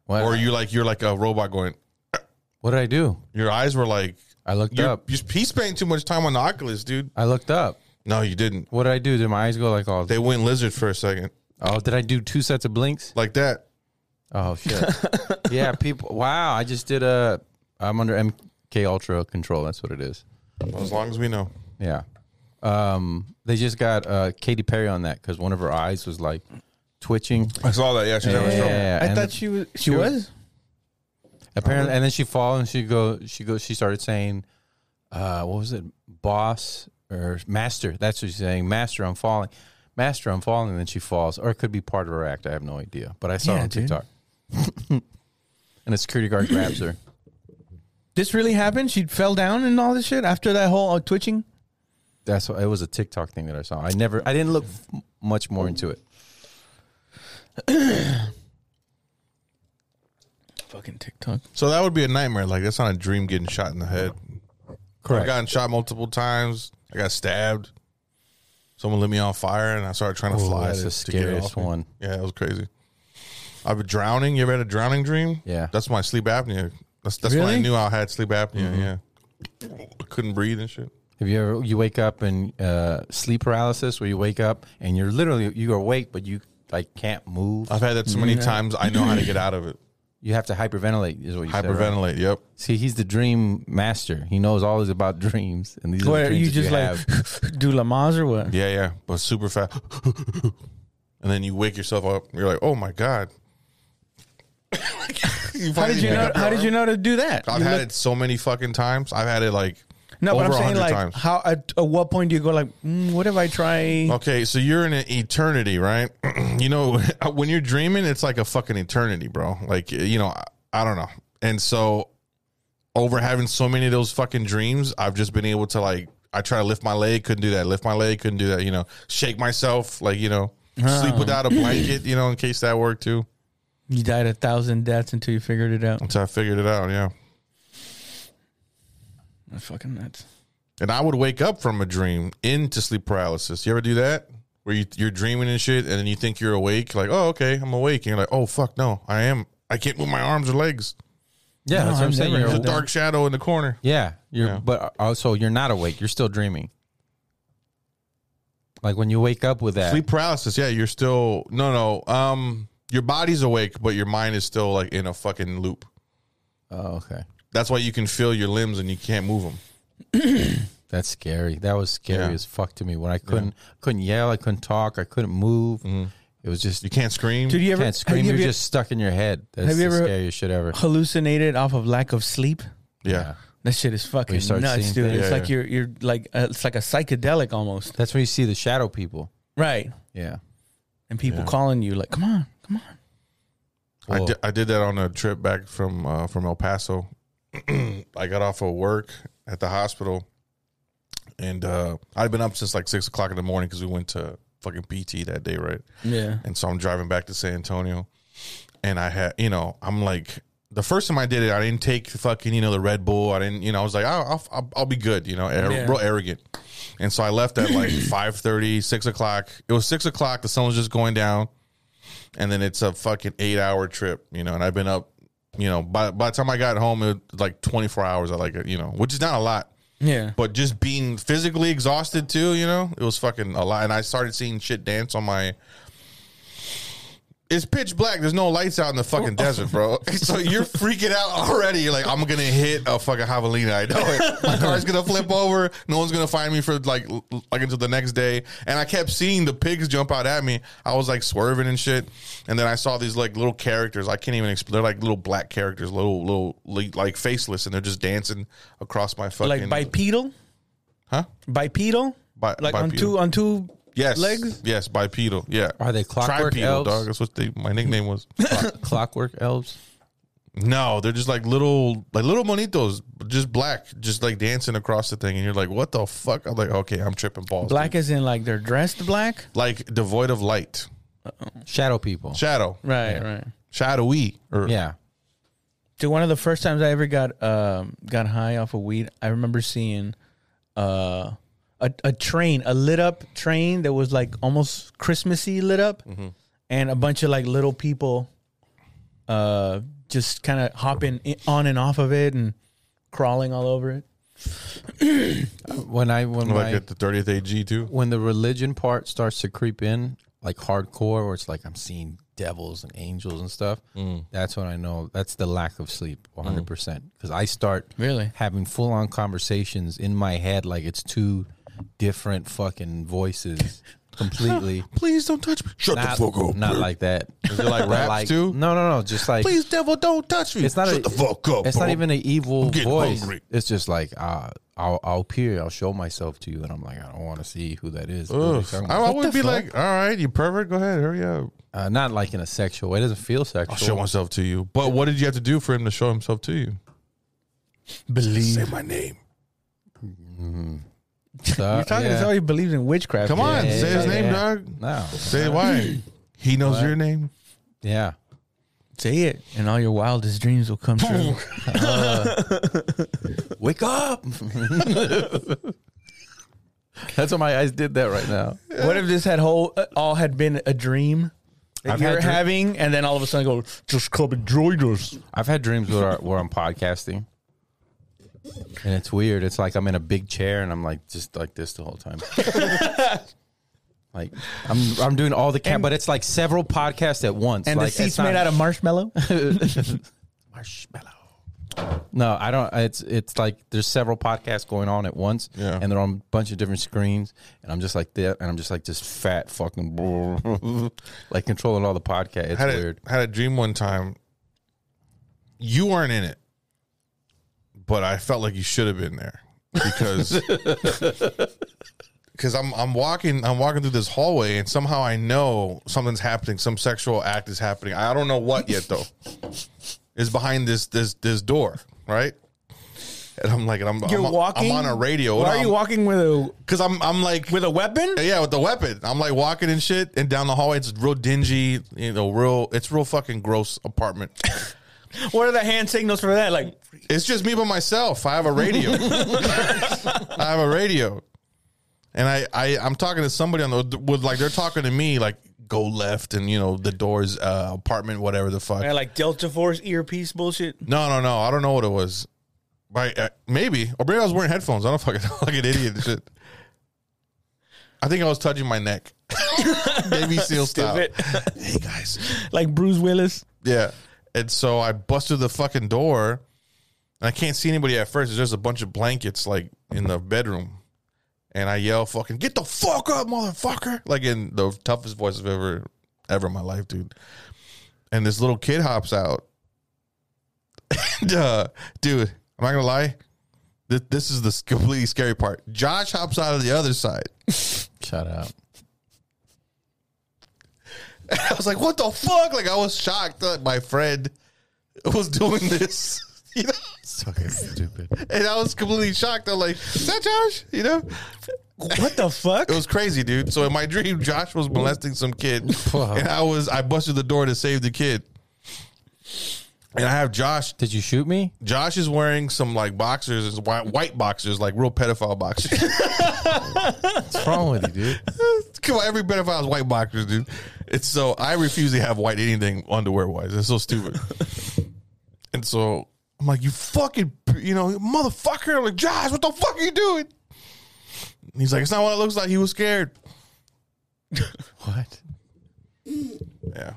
[SPEAKER 3] What,
[SPEAKER 2] or you like you're like a robot going.
[SPEAKER 3] what did I do?
[SPEAKER 2] Your eyes were like
[SPEAKER 3] I looked
[SPEAKER 2] you're,
[SPEAKER 3] up.
[SPEAKER 2] you he spent too much time on the Oculus, dude.
[SPEAKER 3] I looked up.
[SPEAKER 2] No, you didn't.
[SPEAKER 3] What did I do? Did my eyes go like all?
[SPEAKER 2] They went lizard for a second
[SPEAKER 3] oh, did I do two sets of blinks?
[SPEAKER 2] like that.
[SPEAKER 3] Oh
[SPEAKER 2] [laughs]
[SPEAKER 3] shit. yeah, people. Wow, I just did a. I'm under MK Ultra control. That's what it is.
[SPEAKER 2] As long as we know,
[SPEAKER 3] Yeah. Um, they just got uh, Katy Perry on that because one of her eyes was like twitching.
[SPEAKER 2] I saw that. Yeah, she's having trouble.
[SPEAKER 3] Yeah,
[SPEAKER 1] I
[SPEAKER 3] and
[SPEAKER 1] thought she was. She
[SPEAKER 3] she was-
[SPEAKER 1] was.
[SPEAKER 3] Apparently, and then she fall and she go. She go. She started saying, uh, "What was it, boss or master?" That's what she's saying. Master, I'm falling. Master, I'm falling. And then she falls, or it could be part of her act. I have no idea, but I saw it
[SPEAKER 1] Yeah,
[SPEAKER 3] on
[SPEAKER 1] dude.
[SPEAKER 3] TikTok. [laughs] and a security guard grabs her.
[SPEAKER 1] This really happened. She fell down and all this shit after that whole uh, twitching.
[SPEAKER 3] That's what, it was a TikTok thing that I saw. I never. I didn't look f- much more into it.
[SPEAKER 1] Fucking TikTok.
[SPEAKER 2] So that would be a nightmare. Like that's not a dream getting shot in the head. I've gotten shot multiple times. I got stabbed. Someone lit me on fire, and I started trying to
[SPEAKER 3] Ooh,
[SPEAKER 2] fly.
[SPEAKER 3] that's
[SPEAKER 2] to-
[SPEAKER 3] the
[SPEAKER 2] to get
[SPEAKER 3] scariest
[SPEAKER 2] off me.
[SPEAKER 3] one.
[SPEAKER 2] Yeah, it was crazy. I've been drowning. You ever had a drowning dream?
[SPEAKER 3] Yeah.
[SPEAKER 2] that's my sleep apnea. That's that's when I
[SPEAKER 1] Really?
[SPEAKER 2] knew I had sleep apnea.
[SPEAKER 3] Mm-hmm.
[SPEAKER 2] Yeah, I couldn't breathe and shit.
[SPEAKER 3] Have you ever you wake up and uh, sleep paralysis where you wake up and you're literally you're awake but you like can't move.
[SPEAKER 2] I've had that so many times. I know how to get out of it.
[SPEAKER 3] You have to hyperventilate is what you said, right?
[SPEAKER 2] Hyperventilate. Yep.
[SPEAKER 3] See, he's the dream master. He knows all is about [laughs] dreams, and these are the
[SPEAKER 1] Where
[SPEAKER 3] dreams
[SPEAKER 1] you
[SPEAKER 3] that
[SPEAKER 1] just like [laughs]
[SPEAKER 3] have.
[SPEAKER 1] do Lamaze or what?
[SPEAKER 2] Yeah, yeah. But super fast. and then you wake yourself up. You're like, oh my god. [laughs]
[SPEAKER 1] How did you know? How did you know to do that?
[SPEAKER 2] I've
[SPEAKER 1] You
[SPEAKER 2] had
[SPEAKER 1] look-
[SPEAKER 2] it so many fucking times. I've had it like
[SPEAKER 1] No,
[SPEAKER 2] over
[SPEAKER 1] but I'm
[SPEAKER 2] a
[SPEAKER 1] saying
[SPEAKER 2] hundred
[SPEAKER 1] like
[SPEAKER 2] times.
[SPEAKER 1] how at, at what point do you go like mm, what if I try?
[SPEAKER 2] Okay, so you're in an eternity, right? [clears throat] you know, [laughs] when you're dreaming, it's like a fucking eternity, bro. Like, you know, I, I don't know. And so, over having so many of those fucking dreams, I've just been able to like, I try to lift my leg, couldn't do that. Lift my leg, couldn't do that. You know, shake myself, like you know, sleep without a blanket, you know, in case that worked too.
[SPEAKER 1] You died a thousand deaths until you figured it out.
[SPEAKER 2] Until I figured it out, yeah.
[SPEAKER 1] That's fucking nuts.
[SPEAKER 2] And I would wake up from a dream into sleep paralysis. You ever do that? Where you, you're dreaming and shit, and then you think you're awake. Like, oh, okay, I'm awake. And you're like, oh, fuck, no, I am. I can't move my arms or legs.
[SPEAKER 3] yeah,
[SPEAKER 1] No,
[SPEAKER 3] that's what I'm
[SPEAKER 1] I've
[SPEAKER 3] saying.
[SPEAKER 1] never
[SPEAKER 3] You're
[SPEAKER 2] There's a
[SPEAKER 1] heard that.
[SPEAKER 3] dark.
[SPEAKER 2] dark shadow in the corner.
[SPEAKER 3] Yeah, you're
[SPEAKER 2] Yeah.
[SPEAKER 3] but also you're not awake. You're still dreaming. Like when you wake up with that,
[SPEAKER 2] Sleep paralysis. Yeah, you're still no, no. Um, your body's awake, but your mind is still like in a fucking loop.
[SPEAKER 3] oh, okay,
[SPEAKER 2] That's why you can feel your limbs and you can't move them.
[SPEAKER 3] That's scary. That was scary
[SPEAKER 2] Yeah.
[SPEAKER 3] as fuck to me when I couldn't couldn't yell, I couldn't talk, I couldn't move. It was just
[SPEAKER 2] You
[SPEAKER 3] you
[SPEAKER 2] can't scream.
[SPEAKER 1] Mm-hmm. Dude, you ever
[SPEAKER 3] can't scream.
[SPEAKER 1] have you
[SPEAKER 3] You're
[SPEAKER 1] ever
[SPEAKER 3] just stuck in your head. That's
[SPEAKER 1] Have you
[SPEAKER 3] the
[SPEAKER 1] ever-
[SPEAKER 3] scariest shit ever.
[SPEAKER 1] hallucinated off of lack of sleep?
[SPEAKER 2] yeah.
[SPEAKER 1] That shit is fucking
[SPEAKER 3] you start
[SPEAKER 1] nuts,
[SPEAKER 3] seeing
[SPEAKER 1] dude.
[SPEAKER 3] things.
[SPEAKER 1] it's
[SPEAKER 2] Yeah,
[SPEAKER 1] like
[SPEAKER 2] yeah.
[SPEAKER 1] you're you're like uh, it's like a psychedelic almost,
[SPEAKER 3] That's when you see the shadow people.
[SPEAKER 1] right?
[SPEAKER 3] Yeah.
[SPEAKER 1] And people
[SPEAKER 2] Yeah.
[SPEAKER 1] calling you like, "Come on, come on."
[SPEAKER 2] I
[SPEAKER 3] Well,
[SPEAKER 2] did, I did that on a trip back from uh, from El Paso. [clears throat] I got off of work at the hospital, and uh, I'd been up since like six o'clock in the morning because we went to fucking PT that day, right?
[SPEAKER 1] Yeah,
[SPEAKER 2] And so I'm driving back to San Antonio, and I had, you know, I'm like, the first time I did it, I didn't take fucking, you know, the Red Bull. I didn't, you know, I was like, I'll, I'll, I'll, I'll be good, you know, ar-
[SPEAKER 1] Yeah.
[SPEAKER 2] real arrogant. And so I left
[SPEAKER 1] [clears throat]
[SPEAKER 2] at like 5.30, 6 o'clock. It was 6 o'clock. The sun was just going down. And then it's a fucking eight-hour trip, you know, and I've been up, you know, by, by the time I got home, it was like 24 hours, I like it, you know, which is not a lot
[SPEAKER 1] yeah.
[SPEAKER 2] but just being physically exhausted too, you know, it was fucking a lot. And I started seeing shit dance on my. It's pitch black. There's no lights out in the fucking
[SPEAKER 1] Oh.
[SPEAKER 2] desert, bro.
[SPEAKER 1] [laughs]
[SPEAKER 2] So you're freaking out already. You're like, I'm gonna hit a fucking javelina. I know it.
[SPEAKER 1] [laughs]
[SPEAKER 2] My car's gonna flip over. No one's gonna find me for like l- like until the next day. And I kept seeing the pigs jump out at me. I was like swerving and shit. And then I saw these like little characters. I can't even explain. They're like little black characters, little little li- like faceless, and they're just dancing across my fucking uh,
[SPEAKER 1] like bipedal,
[SPEAKER 2] Huh?
[SPEAKER 1] Bipedal,
[SPEAKER 2] Bi-
[SPEAKER 1] like on
[SPEAKER 2] bipedal.
[SPEAKER 1] two on two.
[SPEAKER 2] Yes.
[SPEAKER 1] legs?
[SPEAKER 2] Yes, bipedal. Yeah.
[SPEAKER 3] Are they clockwork
[SPEAKER 2] Tripedal,
[SPEAKER 3] elves?
[SPEAKER 2] dog. That's what they, my
[SPEAKER 3] [laughs]
[SPEAKER 2] nickname was.
[SPEAKER 3] Clockwork elves.
[SPEAKER 2] no, they're just like little, like little monitos, just black, just like dancing across the thing, and you're like, what the fuck? I'm like, okay, I'm tripping balls.
[SPEAKER 1] Black as in like they're dressed black.
[SPEAKER 2] like devoid of light,
[SPEAKER 3] Shadow people.
[SPEAKER 2] shadow,
[SPEAKER 1] Right, right.
[SPEAKER 2] shadowy, or
[SPEAKER 3] Yeah.
[SPEAKER 1] Dude, one of the first times I ever got um got high off of weed, I remember seeing uh a, a train, a lit up train that was like almost Christmassy lit up, and a bunch of like little people, uh, just kind of hopping i- on and off of it and crawling all over it.
[SPEAKER 3] When I when
[SPEAKER 2] like
[SPEAKER 3] my,
[SPEAKER 2] at the 30th AG too.
[SPEAKER 3] when the religion part starts to creep in, like hardcore, where it's like I'm seeing devils and angels and stuff,
[SPEAKER 2] Mm.
[SPEAKER 3] that's when I know that's the lack of sleep, 100%. Because I start
[SPEAKER 1] Really?
[SPEAKER 3] having full on conversations in my head, like it's two different fucking
[SPEAKER 2] [laughs]
[SPEAKER 3] voices completely.
[SPEAKER 2] Please don't touch me. Shut
[SPEAKER 3] not,
[SPEAKER 2] the fuck up.
[SPEAKER 3] not like that. Is
[SPEAKER 2] it like raps too?
[SPEAKER 3] No, no, no. Just like.
[SPEAKER 2] Please, devil, don't touch me.
[SPEAKER 3] It's not
[SPEAKER 2] Shut
[SPEAKER 3] a-
[SPEAKER 2] the fuck up.
[SPEAKER 3] It's not
[SPEAKER 2] bro.
[SPEAKER 3] even an evil
[SPEAKER 2] getting
[SPEAKER 3] voice.
[SPEAKER 2] hungry.
[SPEAKER 3] It's just like uh, I'll, I'll appear, I'll show myself to you, and I'm like, I don't want to see who that is. What are you
[SPEAKER 2] Ugh.
[SPEAKER 3] talking
[SPEAKER 2] I,
[SPEAKER 3] about?
[SPEAKER 2] I would be like, all right, you pervert. Go ahead, hurry up.
[SPEAKER 3] Uh, not like in a sexual way. It doesn't feel sexual.
[SPEAKER 2] I'll show myself to you. But what did you have to do for him to show himself to you? Say
[SPEAKER 1] Believe uh,
[SPEAKER 2] my name.
[SPEAKER 3] So,
[SPEAKER 1] you're talking
[SPEAKER 3] yeah.
[SPEAKER 1] to somebody who believes in witchcraft.
[SPEAKER 2] Come
[SPEAKER 1] dude.
[SPEAKER 2] on,
[SPEAKER 3] yeah,
[SPEAKER 2] say his
[SPEAKER 3] yeah,
[SPEAKER 2] name,
[SPEAKER 3] yeah.
[SPEAKER 2] dog.
[SPEAKER 3] No.
[SPEAKER 2] Say [laughs] why. He knows your name.
[SPEAKER 3] Yeah.
[SPEAKER 1] say it, and all your wildest dreams will come true.
[SPEAKER 3] Wake
[SPEAKER 2] [laughs]
[SPEAKER 3] up. [laughs] That's what my eyes did that right now.
[SPEAKER 1] What if this had whole uh, all had been a dream that
[SPEAKER 3] I've
[SPEAKER 1] you're
[SPEAKER 3] had dr-
[SPEAKER 1] having, and then all of a sudden go just come and join us?
[SPEAKER 3] I've had dreams where, I- where I'm podcasting. And it's weird. It's like I'm in a big chair and I'm like just like this the whole time. like I'm I'm doing all the cat, but it's like several podcasts at once.
[SPEAKER 1] And
[SPEAKER 3] like,
[SPEAKER 1] the seats
[SPEAKER 3] it's not-
[SPEAKER 1] made out of marshmallow.
[SPEAKER 3] [laughs] marshmallow. No, I don't. It's it's like there's several podcasts going on at once,
[SPEAKER 2] Yeah.
[SPEAKER 3] and they're on a bunch of different screens, and I'm just like that, and I'm just like this fat fucking [laughs] like controlling all the podcast. It's
[SPEAKER 2] Had a,
[SPEAKER 3] weird.
[SPEAKER 2] had a dream one time. You weren't in it, but I felt like you should have been there because [laughs] because I'm I'm walking I'm walking through this hallway and somehow I know something's happening. Some sexual act is happening. I don't know what yet though. Is behind this this this door, right? And I'm like, and I'm
[SPEAKER 1] You're
[SPEAKER 2] I'm,
[SPEAKER 1] walking.
[SPEAKER 2] I'm on a radio.
[SPEAKER 1] Why are you walking with a
[SPEAKER 2] Because I'm I'm like
[SPEAKER 1] with a weapon?
[SPEAKER 2] Yeah, yeah, with the weapon. I'm like walking and shit, and down the hallway, it's real dingy, you know, real. It's real fucking gross apartment.
[SPEAKER 1] What are the hand signals for that? Like,
[SPEAKER 2] It's just me by myself. I have a radio. I have a radio, and I, I I'm talking to somebody on the with like they're talking to me like go left and you know the doors uh, apartment whatever the fuck.
[SPEAKER 1] and like Delta Force earpiece bullshit.
[SPEAKER 2] No, no, no. I don't know what it was. Right, uh, maybe or maybe I was wearing headphones. I don't fucking know, [laughs] like an idiot and shit. I think I was touching my neck. Baby seal style.
[SPEAKER 1] Stupid.
[SPEAKER 2] Hey guys,
[SPEAKER 1] [laughs] like Bruce Willis.
[SPEAKER 2] yeah. And so I busted the fucking door, and I can't see anybody at first. There's just a bunch of blankets like in the bedroom, and I yell, "Fucking get the fuck up, motherfucker!" Like in the toughest voice I've ever, ever in my life, dude. And this little kid hops out. [laughs] and, uh, dude, I'm not gonna lie. This, this is the s- completely scary part. Josh hops out of the other side.
[SPEAKER 3] Shout out.
[SPEAKER 2] I was like, "What the fuck?" Like I was shocked that my friend was doing this. [laughs] You know.
[SPEAKER 3] Fucking stupid.
[SPEAKER 2] and I was completely shocked. I'm like, is that Josh? You know,
[SPEAKER 1] What the fuck?
[SPEAKER 3] [laughs]
[SPEAKER 2] it was crazy, dude. So in my dream, Josh was molesting some kid,
[SPEAKER 3] Wow.
[SPEAKER 2] and I was I busted the door to save the kid. And I have Josh.
[SPEAKER 3] Did you shoot me?
[SPEAKER 2] Josh is wearing some like boxers, it's white, white boxers, like real pedophile boxers.
[SPEAKER 3] What's wrong with you, dude?
[SPEAKER 2] Come on, every pedophile is white boxers, dude. It's so I refuse to have white anything underwear wise. It's so stupid. and so I'm like, you fucking, you know, motherfucker. I'm like, Josh, what the fuck are you doing? And he's like, it's not what it looks like. He was scared.
[SPEAKER 3] What?
[SPEAKER 2] Yeah.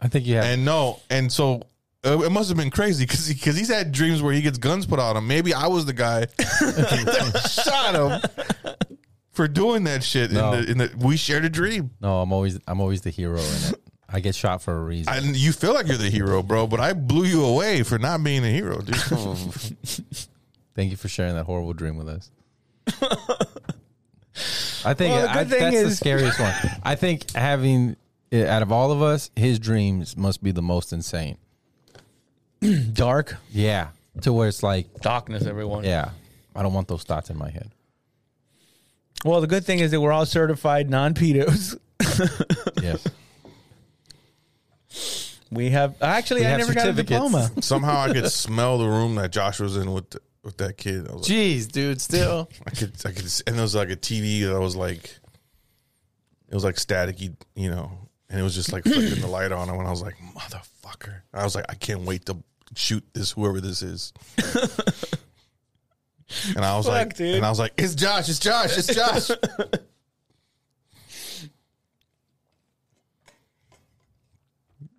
[SPEAKER 3] I think you [laughs] had.
[SPEAKER 2] And no, and so uh, it must have been crazy because because he's had dreams where he gets guns put on him. Maybe I was the guy that shot him for doing that shit.
[SPEAKER 3] No.
[SPEAKER 2] In the, in the, we shared a dream,
[SPEAKER 3] no, I'm always I'm always the hero in it. I get shot for a reason.
[SPEAKER 2] and you feel like you're the hero, bro. But I blew you away for not being a hero, dude.
[SPEAKER 3] Thank you for sharing that horrible dream with us. I think
[SPEAKER 1] Well, the
[SPEAKER 3] I-
[SPEAKER 1] good thing
[SPEAKER 3] that's the
[SPEAKER 1] is-
[SPEAKER 3] scariest one. I think having eh, out of all of us, his dreams must be the most insane.
[SPEAKER 1] Dark
[SPEAKER 3] Yeah, to where it's like,
[SPEAKER 1] darkness, everyone.
[SPEAKER 3] yeah, I don't want those thoughts in my head.
[SPEAKER 1] Well, the good thing is that we're all certified non-pedos.
[SPEAKER 3] [laughs] Yes,
[SPEAKER 1] We have actually,
[SPEAKER 3] We
[SPEAKER 1] I
[SPEAKER 3] have
[SPEAKER 1] never got a
[SPEAKER 3] certificates.
[SPEAKER 1] diploma.
[SPEAKER 2] Somehow I could smell the room that Josh was in with the, with that kid. I was like,
[SPEAKER 3] jeez, dude, still.
[SPEAKER 2] I could I could, and there was like a TV that I was like, it was like staticky, you know, and it was just like flipping the light on, and when I was like, motherfucker, I was like, I can't wait to shoot this whoever this is. and I was
[SPEAKER 1] Fuck,
[SPEAKER 2] like,
[SPEAKER 1] dude.
[SPEAKER 2] and I was like, it's Josh, it's Josh, it's
[SPEAKER 1] [laughs]
[SPEAKER 2] Josh.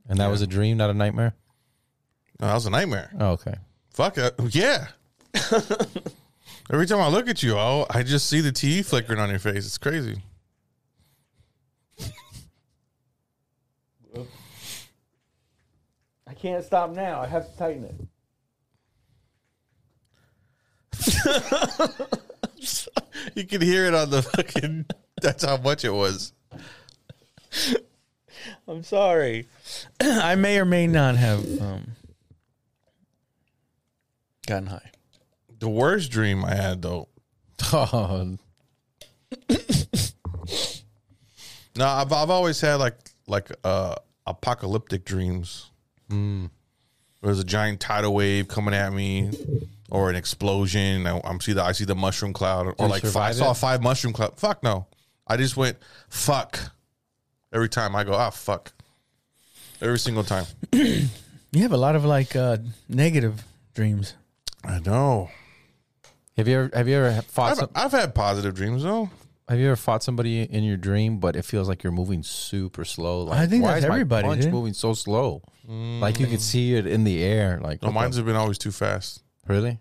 [SPEAKER 3] And that was a dream, not a nightmare.
[SPEAKER 2] No, that was a nightmare.
[SPEAKER 3] Oh, okay,
[SPEAKER 2] Fuck it,
[SPEAKER 1] [laughs]
[SPEAKER 2] yeah. Every time I look at you, I I just see the TV flickering on your face. It's crazy.
[SPEAKER 1] I can't stop now. I have to tighten it.
[SPEAKER 2] You can hear it on the [laughs] fucking. That's how much it was.
[SPEAKER 1] I'm sorry. [clears throat] I may or may not have um, gotten high.
[SPEAKER 2] The worst dream I had though
[SPEAKER 3] oh,
[SPEAKER 2] No, I've I've always had like like uh apocalyptic dreams. Hmm. There's a giant tidal wave coming at me, or an explosion. I, I'm see the I see the mushroom cloud, or
[SPEAKER 3] you
[SPEAKER 2] like five, I
[SPEAKER 3] survive
[SPEAKER 2] saw
[SPEAKER 3] it?
[SPEAKER 2] five mushroom cloud. Fuck no, I just went fuck every time I go ah fuck every single time.
[SPEAKER 1] You have a lot of like uh, negative dreams.
[SPEAKER 2] I know.
[SPEAKER 3] have you ever have you ever fought
[SPEAKER 2] I've,
[SPEAKER 3] some,
[SPEAKER 2] I've had positive dreams though.
[SPEAKER 3] have you ever fought somebody in your dream, but it feels like you're moving super slow? Like,
[SPEAKER 1] I think
[SPEAKER 3] why
[SPEAKER 1] that's
[SPEAKER 3] is my
[SPEAKER 1] everybody,
[SPEAKER 3] punch
[SPEAKER 1] dude.
[SPEAKER 3] moving so slow, like you can see it in the air. Like
[SPEAKER 2] No,
[SPEAKER 3] what the-
[SPEAKER 2] mine's have been always too fast.
[SPEAKER 3] Really?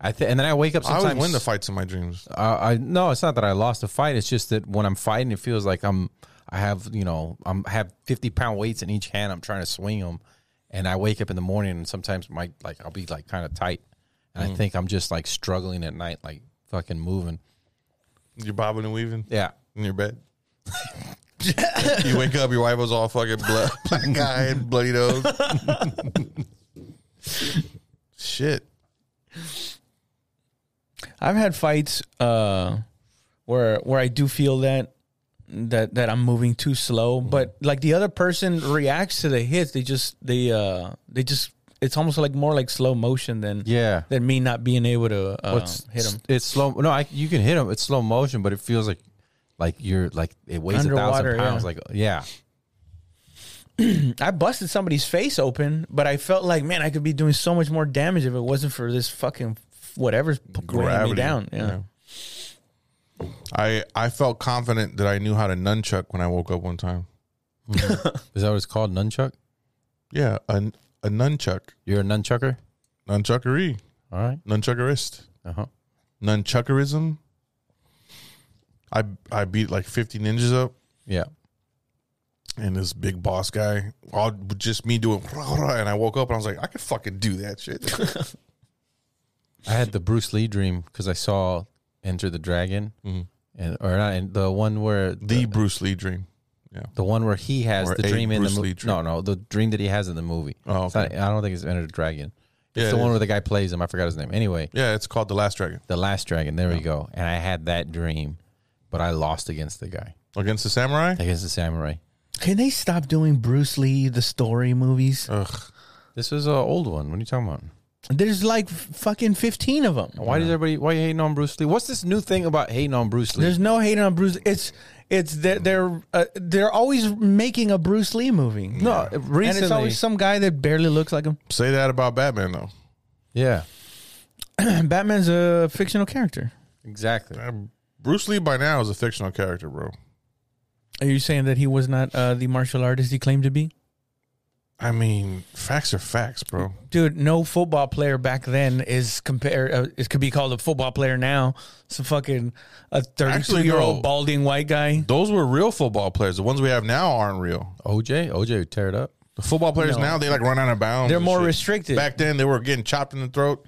[SPEAKER 3] I th- and then I wake up sometimes.
[SPEAKER 2] I always win the fights in my dreams.
[SPEAKER 3] I, I no, it's not that I lost a fight. It's just that when I'm fighting, it feels like I'm I have you know I'm I have 50 pound weights in each hand. I'm trying to swing them, and I wake up in the morning and sometimes my like I'll be like kind of tight, and I think I'm just like struggling at night, like fucking moving.
[SPEAKER 2] You're bobbing and weaving.
[SPEAKER 3] Yeah.
[SPEAKER 2] in your bed. [laughs] you wake up, your wife was all fucking blood, [laughs] black eye and bloody nose. [laughs] Shit.
[SPEAKER 1] I've had fights uh, where where I do feel that that that I'm moving too slow, but like the other person reacts to the hits, they just they uh they just it's almost like more like slow motion than
[SPEAKER 3] Yeah.
[SPEAKER 1] than me not being able to uh,
[SPEAKER 3] What's
[SPEAKER 1] hit them.
[SPEAKER 3] Um, It's slow. No, I, you can hit them. It's slow motion, but it feels like like you're like it weighs
[SPEAKER 1] Underwater,
[SPEAKER 3] a thousand
[SPEAKER 1] yeah.
[SPEAKER 3] pounds. Like yeah.
[SPEAKER 1] I busted somebody's face open, but I felt like man, I could be doing so much more damage if it wasn't for this fucking whatever's p- weighing me down. Yeah.
[SPEAKER 2] Yeah. I I felt confident that I knew how to nunchuck when I woke up one time.
[SPEAKER 3] Is that what it's called? Nunchuck.
[SPEAKER 2] Yeah, a, a nunchuck,
[SPEAKER 3] You're a nunchucker.
[SPEAKER 2] nunchuckery,
[SPEAKER 3] All right. uh-huh.
[SPEAKER 2] nunchuckerist,
[SPEAKER 3] Uh huh.
[SPEAKER 2] nunchuckerism. I I beat like fifty ninjas up,
[SPEAKER 3] Yeah.
[SPEAKER 2] and this big boss guy, all just me doing, [laughs] and I woke up and I was like, I could fucking do
[SPEAKER 1] [laughs]
[SPEAKER 2] that shit.
[SPEAKER 3] I had the Bruce Lee dream because I saw Enter the Dragon, and or not, and the one where
[SPEAKER 2] Mm-hmm. the Bruce Lee dream. Yeah.
[SPEAKER 3] the one where he has
[SPEAKER 2] Or
[SPEAKER 3] the
[SPEAKER 2] a
[SPEAKER 3] dream in
[SPEAKER 2] Bruce
[SPEAKER 3] the
[SPEAKER 2] Lee
[SPEAKER 3] movie.
[SPEAKER 2] dream.
[SPEAKER 3] No, no, the dream that he has in the movie.
[SPEAKER 2] Oh,
[SPEAKER 3] It's not- I don't think it's Enter the Dragon. It's the
[SPEAKER 2] Yeah, it
[SPEAKER 3] one
[SPEAKER 2] is.
[SPEAKER 3] where the guy plays him. I forgot his name. Anyway,
[SPEAKER 2] Yeah, it's called The Last Dragon
[SPEAKER 3] the Last Dragon. There we go. And I had that dream, but I lost against the guy
[SPEAKER 2] against the samurai.
[SPEAKER 3] against the samurai.
[SPEAKER 1] Can they stop doing Bruce Lee the story movies?
[SPEAKER 2] Ugh.
[SPEAKER 3] This is an old one. What are you talking about?
[SPEAKER 1] There's like f- fucking 15 of them.
[SPEAKER 3] Why does everybody? Why you hating on Bruce Lee? What's this new thing about hating on Bruce Lee?
[SPEAKER 1] There's no hate on Bruce. It's it's they're they're, uh, they're always making a Bruce Lee movie.
[SPEAKER 3] no, recently.
[SPEAKER 1] and it's always some guy that barely looks like him.
[SPEAKER 2] Say that about Batman though.
[SPEAKER 3] yeah,
[SPEAKER 1] Batman's a fictional character.
[SPEAKER 3] exactly.
[SPEAKER 2] Um, Bruce Lee by now is a fictional character, bro.
[SPEAKER 1] Are you saying that he was not uh, the martial artist he claimed to be?
[SPEAKER 2] I mean, facts are facts, bro.
[SPEAKER 1] Dude, no football player back then is compared. Uh, is could be called a football player now. It's a fucking a
[SPEAKER 2] Actually,
[SPEAKER 1] thirty-two-year-old
[SPEAKER 2] no.
[SPEAKER 1] balding white guy.
[SPEAKER 2] Those were real football players. The ones we have now aren't real.
[SPEAKER 3] OJ, OJ would tear it up.
[SPEAKER 2] The football players
[SPEAKER 1] No.
[SPEAKER 2] now they like run out of bounds.
[SPEAKER 1] They're
[SPEAKER 2] and
[SPEAKER 1] more
[SPEAKER 2] shit.
[SPEAKER 1] restricted.
[SPEAKER 2] Back then they were getting chopped in the throat.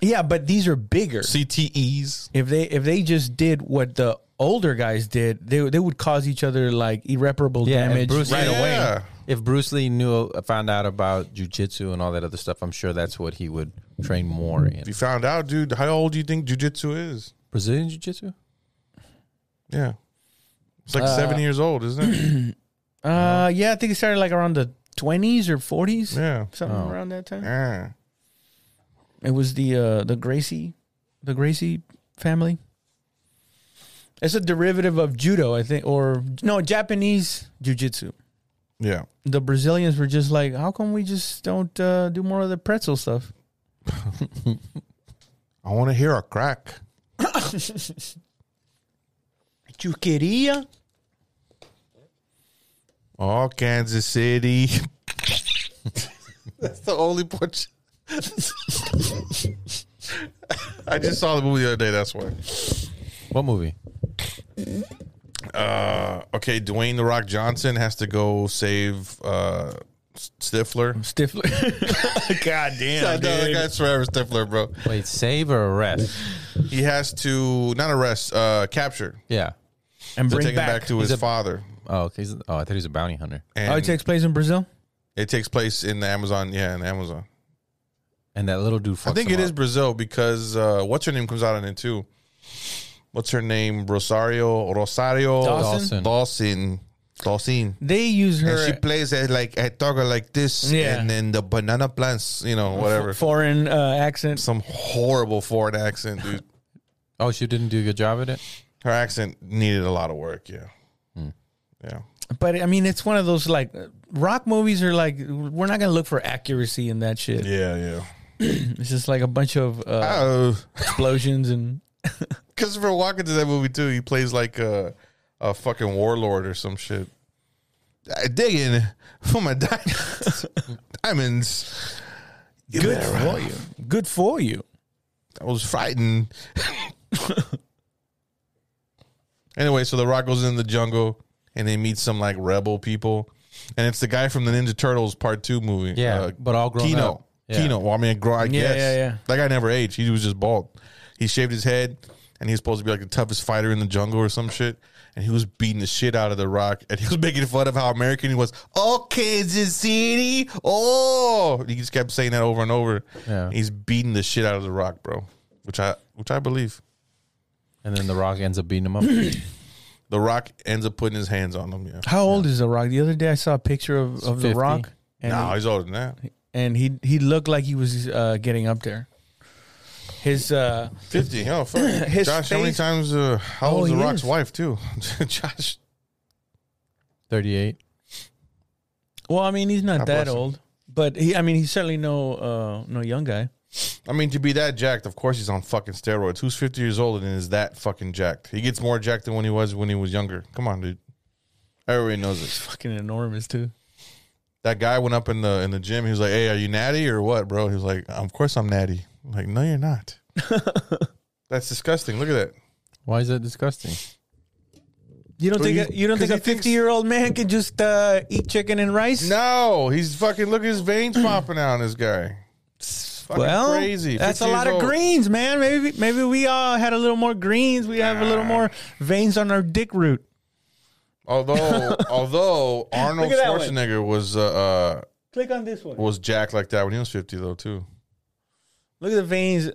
[SPEAKER 1] yeah, but these are bigger.
[SPEAKER 2] CTEs.
[SPEAKER 1] if they if they just did what the older guys did, they they would cause each other like irreparable
[SPEAKER 3] Yeah, and
[SPEAKER 1] damage
[SPEAKER 3] Bruce-
[SPEAKER 1] right away.
[SPEAKER 2] Yeah.
[SPEAKER 3] If Bruce Lee knew, found out about jujitsu and all that other stuff, I'm sure that's what he would train more in.
[SPEAKER 2] If you found out, dude, how old do you think jujitsu is?
[SPEAKER 3] Brazilian jiu-jitsu?
[SPEAKER 2] Yeah. It's like 70 years old, isn't it? [clears throat]
[SPEAKER 1] Uh, yeah, I think it started like around the twenties or forties,
[SPEAKER 2] yeah.
[SPEAKER 1] something
[SPEAKER 3] Oh.
[SPEAKER 1] around that time.
[SPEAKER 2] Yeah.
[SPEAKER 1] It was the uh, the Gracie, the Gracie family. It's a derivative of judo, I think, or no Japanese jujitsu.
[SPEAKER 2] Yeah.
[SPEAKER 1] The Brazilians were just like, how come we just don't uh, do more of the pretzel stuff?
[SPEAKER 2] I want to hear a crack.
[SPEAKER 1] Chuqueria.
[SPEAKER 2] Oh, Kansas City. [laughs] That's the only punch. [laughs] I just saw the movie the other day. That's why.
[SPEAKER 3] What movie?
[SPEAKER 2] Uh, okay, Dwayne the Rock Johnson has to go save uh, [laughs] Stifler.
[SPEAKER 1] Stifler. God damn,
[SPEAKER 2] I know that
[SPEAKER 1] dude.
[SPEAKER 2] guy's forever Stifler, bro.
[SPEAKER 3] Wait, save or arrest?
[SPEAKER 2] He has to not arrest, uh, capture
[SPEAKER 3] Yeah.
[SPEAKER 1] and
[SPEAKER 2] to
[SPEAKER 1] bring
[SPEAKER 2] take him back to
[SPEAKER 3] He's
[SPEAKER 2] his
[SPEAKER 3] a-
[SPEAKER 2] father.
[SPEAKER 3] Oh, okay. He's- oh, I thought he was a bounty hunter.
[SPEAKER 2] And
[SPEAKER 1] Oh, it takes place in Brazil.
[SPEAKER 2] it takes place in the Amazon. Yeah, in the Amazon.
[SPEAKER 3] And that little dude.
[SPEAKER 2] I think it is Brazil because uh, what's her name comes out in it too. What's her name? Rosario Rosario
[SPEAKER 1] Dawson?
[SPEAKER 2] Dawson. Dawson.
[SPEAKER 1] They use
[SPEAKER 2] And
[SPEAKER 1] her
[SPEAKER 2] she plays it like a talker like this,
[SPEAKER 1] Yeah.
[SPEAKER 2] and then the banana plants, you know, whatever.
[SPEAKER 1] foreign uh, accent.
[SPEAKER 2] Some horrible foreign accent, dude.
[SPEAKER 3] Oh, she didn't do a good job at it.
[SPEAKER 2] Her accent needed a lot of work. Yeah, yeah.
[SPEAKER 1] But I mean, it's one of those like rock movies are like we're not gonna look for accuracy in that shit.
[SPEAKER 2] Yeah, yeah.
[SPEAKER 1] It's just like a bunch of uh,
[SPEAKER 2] Oh,
[SPEAKER 1] explosions and
[SPEAKER 2] Christopher Walken does that movie too. He plays like a, a fucking warlord or some shit. I [laughs] digging for my diamonds. [laughs] diamonds. You
[SPEAKER 1] good
[SPEAKER 2] better
[SPEAKER 1] for
[SPEAKER 2] run.
[SPEAKER 1] you. Good for you.
[SPEAKER 2] I was frightened. [laughs] anyway, so the rock goes in the jungle and they meet some like rebel people. And it's the guy from the Ninja Turtles Part Two movie. uh,
[SPEAKER 3] Yeah, Uh, but all grown
[SPEAKER 2] Kino.
[SPEAKER 3] up. Yeah.
[SPEAKER 2] Kino. Well, I mean, grow, I
[SPEAKER 1] Yeah,
[SPEAKER 2] guess.
[SPEAKER 1] yeah, yeah.
[SPEAKER 2] That guy never aged. He was just bald. He shaved his head, and he was supposed to be like the toughest fighter in the jungle or some shit. And he was beating the shit out of the Rock, and he was [laughs] making fun of how American he was. Oh, Kansas City! Oh, he just kept saying that over and over.
[SPEAKER 3] Yeah.
[SPEAKER 2] He's beating the shit out of the Rock, bro. Which I, which I believe.
[SPEAKER 3] And then The Rock ends up beating him up.
[SPEAKER 2] The Rock ends up putting his hands on him. Yeah.
[SPEAKER 1] How old is the Rock? The other day I saw a picture of, of the
[SPEAKER 3] 50.
[SPEAKER 1] Rock, and
[SPEAKER 2] No, he's older
[SPEAKER 1] [laughs]
[SPEAKER 2] than that.
[SPEAKER 1] and he he looked like he was uh, getting up there. His uh,
[SPEAKER 2] Fifty. Oh, fuck.
[SPEAKER 1] His
[SPEAKER 2] Josh, how many
[SPEAKER 1] face-
[SPEAKER 2] times? Uh, how
[SPEAKER 1] Oh,
[SPEAKER 2] old is the
[SPEAKER 1] he
[SPEAKER 2] Rock's
[SPEAKER 1] is.
[SPEAKER 2] wife too? [laughs] Josh.
[SPEAKER 3] Thirty-eight.
[SPEAKER 1] well, I mean, he's not
[SPEAKER 2] God
[SPEAKER 1] that
[SPEAKER 2] bless him.
[SPEAKER 1] old, but he I mean, he's certainly no uh, no young guy.
[SPEAKER 2] I mean, to be that jacked, of course he's on fucking steroids. Who's 50 years old and is that fucking jacked? He gets more jacked than when he was when he was younger. Come on, dude. Everybody knows it.
[SPEAKER 1] Fucking enormous too.
[SPEAKER 2] That guy went up in the in the gym. He was like, "Hey, are you natty or what, bro?" He
[SPEAKER 1] [laughs]
[SPEAKER 2] was like, "Of course I'm natty." I'm like, no, you're not. That's disgusting. Look at that.
[SPEAKER 3] Why is that disgusting?
[SPEAKER 1] You don't
[SPEAKER 2] Well,
[SPEAKER 1] think
[SPEAKER 2] you-
[SPEAKER 1] a, you don't
[SPEAKER 2] 'cause
[SPEAKER 1] think a
[SPEAKER 2] he thinks-
[SPEAKER 1] fifty year old man can just uh, eat chicken and rice?
[SPEAKER 2] No, he's fucking look at his veins popping out. This guy. Fucking
[SPEAKER 1] well,
[SPEAKER 2] crazy.
[SPEAKER 1] That's a
[SPEAKER 2] 50
[SPEAKER 1] lot
[SPEAKER 2] years
[SPEAKER 1] of
[SPEAKER 2] old.
[SPEAKER 1] greens, man. Maybe maybe we all had a little more greens. We have a little more veins on our dick root. [laughs]
[SPEAKER 2] Although, although Arnold
[SPEAKER 1] Look at that one.
[SPEAKER 2] Schwarzenegger was uh, uh
[SPEAKER 1] Click on this one.
[SPEAKER 2] was jacked like that when he was fifty though too.
[SPEAKER 1] Look at the veins.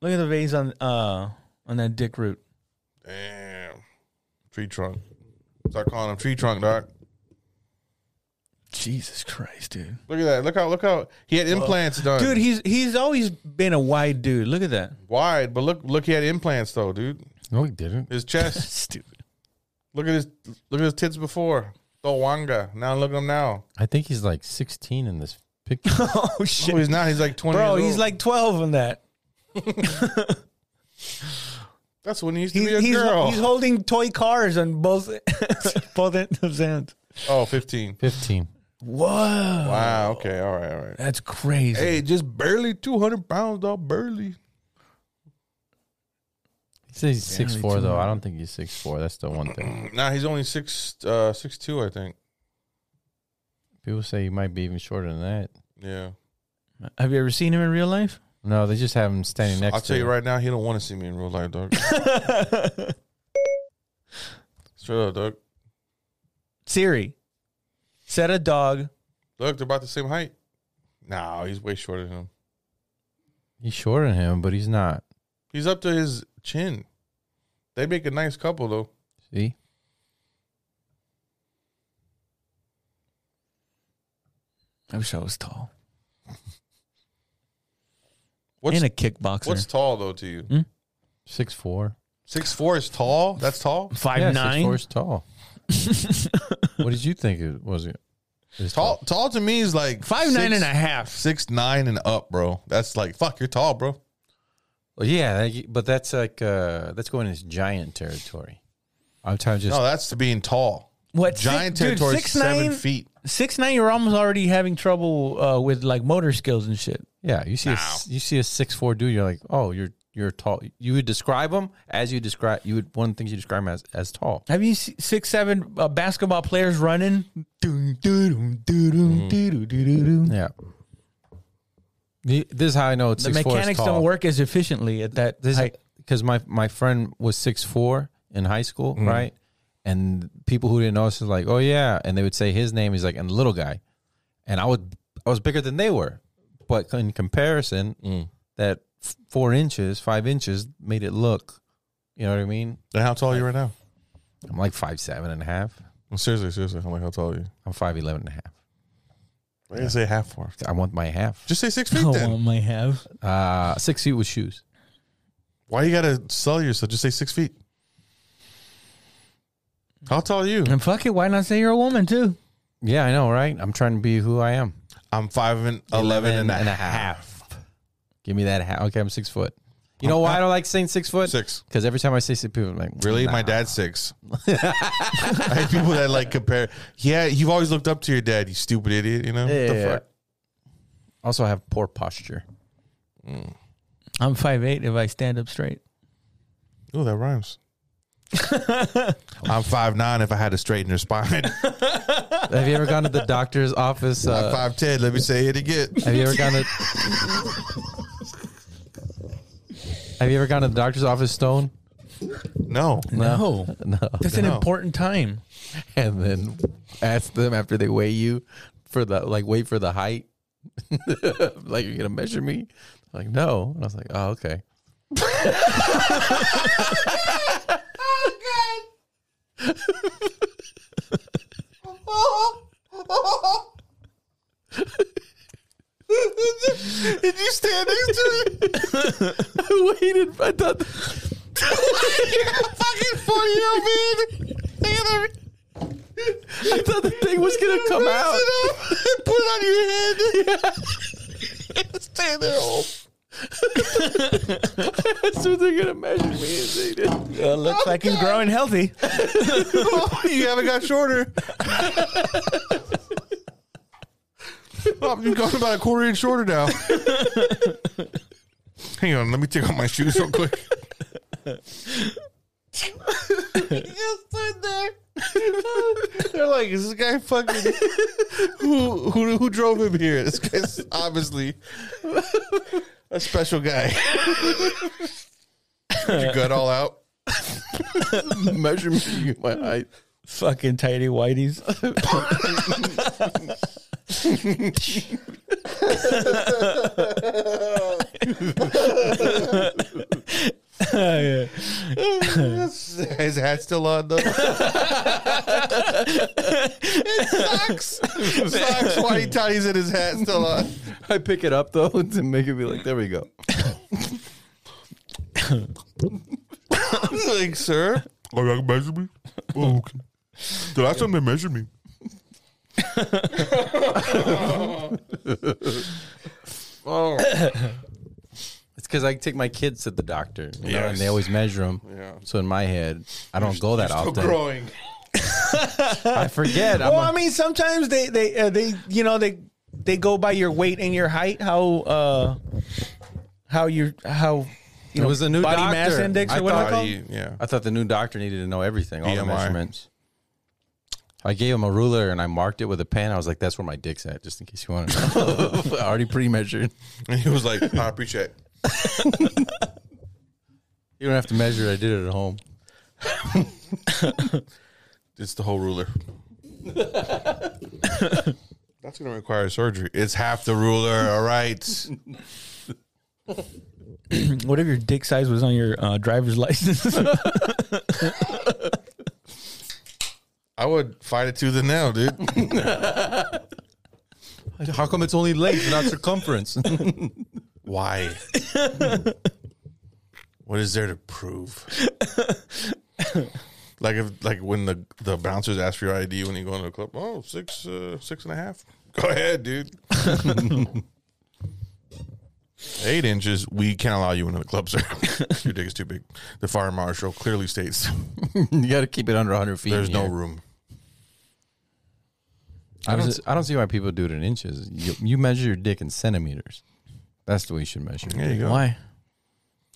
[SPEAKER 1] Look at the veins on uh on that dick root.
[SPEAKER 2] Damn. Tree trunk. Start calling him tree trunk, doc.
[SPEAKER 1] Jesus Christ, dude.
[SPEAKER 2] Look at that. Look how look how he had implants done.
[SPEAKER 1] Dude, he's he's always been a wide dude. Look at that.
[SPEAKER 2] wide, but look look he had implants though, dude.
[SPEAKER 3] No, he didn't.
[SPEAKER 1] [laughs]
[SPEAKER 2] His
[SPEAKER 1] [laughs]
[SPEAKER 2] chest.
[SPEAKER 1] Stupid.
[SPEAKER 2] look at his look at his tits before. The wanga. Now look at him now.
[SPEAKER 3] I think he's like 16 in this picture.
[SPEAKER 1] oh shit.
[SPEAKER 2] Oh, he's not. He's like twenty.
[SPEAKER 1] Bro,
[SPEAKER 2] years
[SPEAKER 1] he's
[SPEAKER 2] old.
[SPEAKER 1] like 12 on that.
[SPEAKER 2] that's when he used to
[SPEAKER 1] He's,
[SPEAKER 2] be a
[SPEAKER 1] he's,
[SPEAKER 2] girl.
[SPEAKER 1] he's holding toy cars on both [laughs] both ends of his hands.
[SPEAKER 2] oh, 15.
[SPEAKER 3] 15.
[SPEAKER 1] Whoa.
[SPEAKER 2] Wow. Okay. All right. All right.
[SPEAKER 1] That's crazy.
[SPEAKER 2] Hey, just barely two hundred pounds, dog. Barely.
[SPEAKER 3] He says he's
[SPEAKER 1] Damn,
[SPEAKER 3] six four
[SPEAKER 1] he's
[SPEAKER 3] though. I don't think he's six four. That's the one thing.
[SPEAKER 2] [clears throat] Nah, he's only six uh six two, I think.
[SPEAKER 3] People say he might be even shorter than that.
[SPEAKER 2] Yeah.
[SPEAKER 1] Have you ever seen him in real
[SPEAKER 2] [laughs]
[SPEAKER 1] life?
[SPEAKER 3] No, they just have him standing next
[SPEAKER 2] I'll
[SPEAKER 3] to
[SPEAKER 2] tell you
[SPEAKER 3] him.
[SPEAKER 2] right now, he don't want to see me in real life,
[SPEAKER 1] [laughs]
[SPEAKER 2] dog. Straight up, dog.
[SPEAKER 1] Siri, set a dog.
[SPEAKER 2] Look, they're about the same height. No, he's way shorter than him.
[SPEAKER 3] He's shorter than him, but he's not.
[SPEAKER 2] He's up to his chin. They make a nice couple though.
[SPEAKER 3] See?
[SPEAKER 1] I wish I was tall.
[SPEAKER 2] What's
[SPEAKER 1] and a Hmm? kickboxer.
[SPEAKER 2] what's tall though to you?
[SPEAKER 3] Six four.
[SPEAKER 2] Six four is tall. That's tall.
[SPEAKER 1] five
[SPEAKER 3] yeah, Six four
[SPEAKER 1] nine?
[SPEAKER 3] is tall. what did you think it was? It was
[SPEAKER 2] Tall tall to me is like
[SPEAKER 1] Five
[SPEAKER 2] six,
[SPEAKER 1] nine and a half.
[SPEAKER 2] six nine and up, bro. That's like fuck. You're tall, bro.
[SPEAKER 3] Well, yeah, that- but that's like uh that's going into giant territory. I'm trying to just
[SPEAKER 2] No, that's being tall.
[SPEAKER 1] What
[SPEAKER 2] Giant
[SPEAKER 1] six, dude,
[SPEAKER 2] territory, is
[SPEAKER 1] six,
[SPEAKER 2] seven
[SPEAKER 1] nine-
[SPEAKER 2] feet.
[SPEAKER 1] Six nine. You're almost already having trouble uh, with like motor skills and shit.
[SPEAKER 3] yeah. You see a s you see a six four dude. You're like, oh, you're you're tall. You would describe him as you describe you would one of the things you describe him as as tall.
[SPEAKER 1] Have you seen six seven uh, basketball players running? Doo, doo, doo, doo, doo, doo, doo, doo, doo.
[SPEAKER 3] Yeah. The, this is how I know it's
[SPEAKER 1] The
[SPEAKER 3] six four is
[SPEAKER 1] mechanics don't
[SPEAKER 3] tall.
[SPEAKER 1] work as efficiently at that.
[SPEAKER 3] This [laughs]
[SPEAKER 1] height.
[SPEAKER 3] because my my friend was six four in high school, right? And people who didn't know us was like, oh yeah, and they would say his name. He's like, and little guy, and I would I was bigger than they were, but in comparison, that f- four inches, five inches made it look, you know what I mean?
[SPEAKER 2] Then how tall are you right now?
[SPEAKER 3] I'm like five seven and a half.
[SPEAKER 2] Seriously, seriously. I'm like, how tall are you?
[SPEAKER 3] I'm five eleven and a half.
[SPEAKER 2] I didn't say half four.
[SPEAKER 3] I want my half.
[SPEAKER 2] Just say six feet
[SPEAKER 1] oh,
[SPEAKER 2] then.
[SPEAKER 1] I might have.
[SPEAKER 3] Uh, six feet with shoes.
[SPEAKER 2] Why you gotta sell yourself? Just say six feet. How tall are you?
[SPEAKER 1] And fuck it, why not say you're a woman too?
[SPEAKER 3] Yeah, I know, right? I'm trying to be who I am.
[SPEAKER 2] I'm five and eleven and a half.
[SPEAKER 3] Give me that half. Okay, I'm six foot. You know why I don't like saying six foot?
[SPEAKER 2] Six.
[SPEAKER 3] Because every time I say six people, I'm like,
[SPEAKER 2] Really? My dad's six. I hate people that like compare. Yeah, you've always looked up to your dad, you stupid idiot, you know? What the
[SPEAKER 3] Yeah.
[SPEAKER 2] fuck?
[SPEAKER 3] Also, I have poor posture.
[SPEAKER 1] I'm five eight if I stand up straight.
[SPEAKER 2] Ooh, that [laughs] rhymes. I'm five nine if I had to straighten your [laughs] spine.
[SPEAKER 3] have you ever gone to the doctor's office?
[SPEAKER 2] I'm
[SPEAKER 3] Uh,
[SPEAKER 2] five ten, let me say it again.
[SPEAKER 3] have you ever gone
[SPEAKER 2] [laughs]
[SPEAKER 3] to? have you ever gone to the doctor's office, Stone?
[SPEAKER 2] [laughs] No.
[SPEAKER 1] No.
[SPEAKER 3] No.
[SPEAKER 1] That's an important time.
[SPEAKER 3] [laughs] And then ask them after they weigh you for the like wait for the height. [laughs] like you're gonna measure me? Like no. And I was like, oh
[SPEAKER 2] [laughs]
[SPEAKER 3] okay.
[SPEAKER 2] Did you stand next to me?
[SPEAKER 3] I [laughs] waited. I
[SPEAKER 2] [laughs]
[SPEAKER 3] thought.
[SPEAKER 2] Fucking forty year old man. Look at him.
[SPEAKER 3] I thought the thing was gonna come out.
[SPEAKER 2] Put it on your head. Stay there. Oh,
[SPEAKER 3] So they're gonna measure me. And they did.
[SPEAKER 1] Uh, looks like he's growing healthy.
[SPEAKER 2] [laughs] you haven't got [laughs] shorter. Oh, You've gone about a quarter inch shorter [laughs] now. [laughs] Hang on, let me take off my shoes real quick. [laughs] They're like, is this guy fucking who who who drove him here? This guy's obviously a special guy. [laughs] Did you gut all out? Measure me my height.
[SPEAKER 1] Fucking tidy [laughs] whiteys. Oh, Yeah.
[SPEAKER 2] [laughs] His hat's still on though. it sucks. It sucks. Whitey Tiny's in his hat still [laughs] on.
[SPEAKER 3] I pick it up though [laughs] to make it be like, there we go.
[SPEAKER 2] like, sir. Oh, you can measure me? Oh, okay. The last time they measured me. [laughs] oh.
[SPEAKER 3] It's because I take my kids to the doctor, you know,
[SPEAKER 2] Yes.
[SPEAKER 3] and they always measure them.
[SPEAKER 2] Yeah.
[SPEAKER 3] So in my head, I don't go that often.
[SPEAKER 2] growing.
[SPEAKER 3] I forget. I'm
[SPEAKER 1] Well,
[SPEAKER 3] a-
[SPEAKER 1] I mean, sometimes they they uh, they you know they they go by your weight and your height, how uh how you how you
[SPEAKER 3] It was the new
[SPEAKER 1] body
[SPEAKER 3] doctor.
[SPEAKER 1] mass index
[SPEAKER 3] I
[SPEAKER 1] or what
[SPEAKER 3] thought
[SPEAKER 1] I call.
[SPEAKER 2] yeah.
[SPEAKER 3] I thought the new doctor needed to know everything, all the
[SPEAKER 2] BMI.
[SPEAKER 3] measurements. I gave him a ruler and I marked it with a pen. I was like, "That's where my dick's at," just in case you want to know. [laughs] I already pre-measured.
[SPEAKER 2] And he was like, Poppy check.
[SPEAKER 3] You don't have to measure. it. I did it at home.
[SPEAKER 2] It's the whole [laughs] ruler. That's going to require surgery. It's half the ruler. All right.
[SPEAKER 1] What if your dick size was on your uh, driver's [laughs] license?
[SPEAKER 2] I would fight it tooth and nail, dude.
[SPEAKER 3] [laughs] How come it's only length, not circumference?
[SPEAKER 2] Why? what is there to prove? like if like when the the bouncers ask for your ID when you go into a club, oh six uh, six and a half. Go ahead,
[SPEAKER 3] [laughs]
[SPEAKER 2] dude. Eight inches, we can't allow you into the club, sir. [laughs] your dick is too big. The fire marshal clearly states
[SPEAKER 3] [laughs] you got to keep it under 100 feet.
[SPEAKER 2] there's
[SPEAKER 3] in
[SPEAKER 2] no
[SPEAKER 3] here.
[SPEAKER 2] room.
[SPEAKER 3] I don't. I don't see why people do it in inches. You, you measure your dick in centimeters. That's the way you should measure. it.
[SPEAKER 2] There you go.
[SPEAKER 1] Why?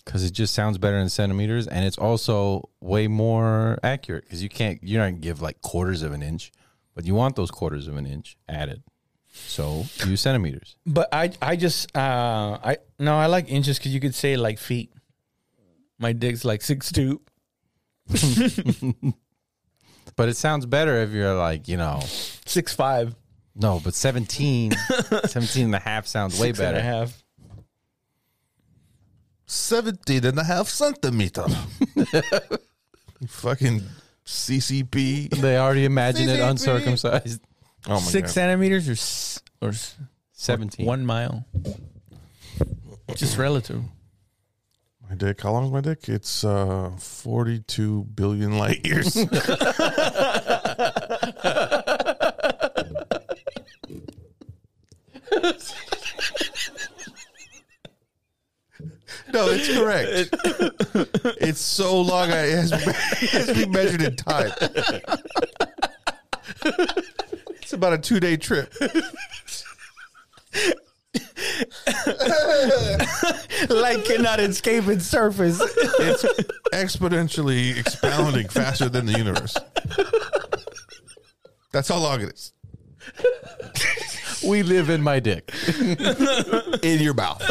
[SPEAKER 3] because it just sounds better in centimeters and it's also way more accurate because you can't you're not gonna give like quarters of an inch but you want those quarters of an inch added so use centimeters
[SPEAKER 1] But I I just uh I no I like inches because you could say like feet. My dick's like six two.
[SPEAKER 3] but it sounds better if you're like you know
[SPEAKER 1] six five
[SPEAKER 3] no
[SPEAKER 1] [laughs]
[SPEAKER 3] but 17 17 and a half sounds way
[SPEAKER 1] six and a
[SPEAKER 3] better
[SPEAKER 1] half.
[SPEAKER 2] 17 and a half centimeter. You fucking CCP.
[SPEAKER 3] they already imagine it
[SPEAKER 2] CCP.
[SPEAKER 3] uncircumcised
[SPEAKER 2] Oh my
[SPEAKER 1] Six centimeters or s- or s-
[SPEAKER 3] 17
[SPEAKER 1] one mile. Just [laughs] relative.
[SPEAKER 2] My dick. How long is my dick? It's uh, 42 billion light years. no, it's correct. [laughs] it's so long. I, it, has, it has to be measured in time. it's about a two day trip.
[SPEAKER 1] Light cannot escape [laughs] its surface.
[SPEAKER 2] It's exponentially expounding faster than the universe. That's how long it is.
[SPEAKER 3] we live in my dick
[SPEAKER 2] In your mouth.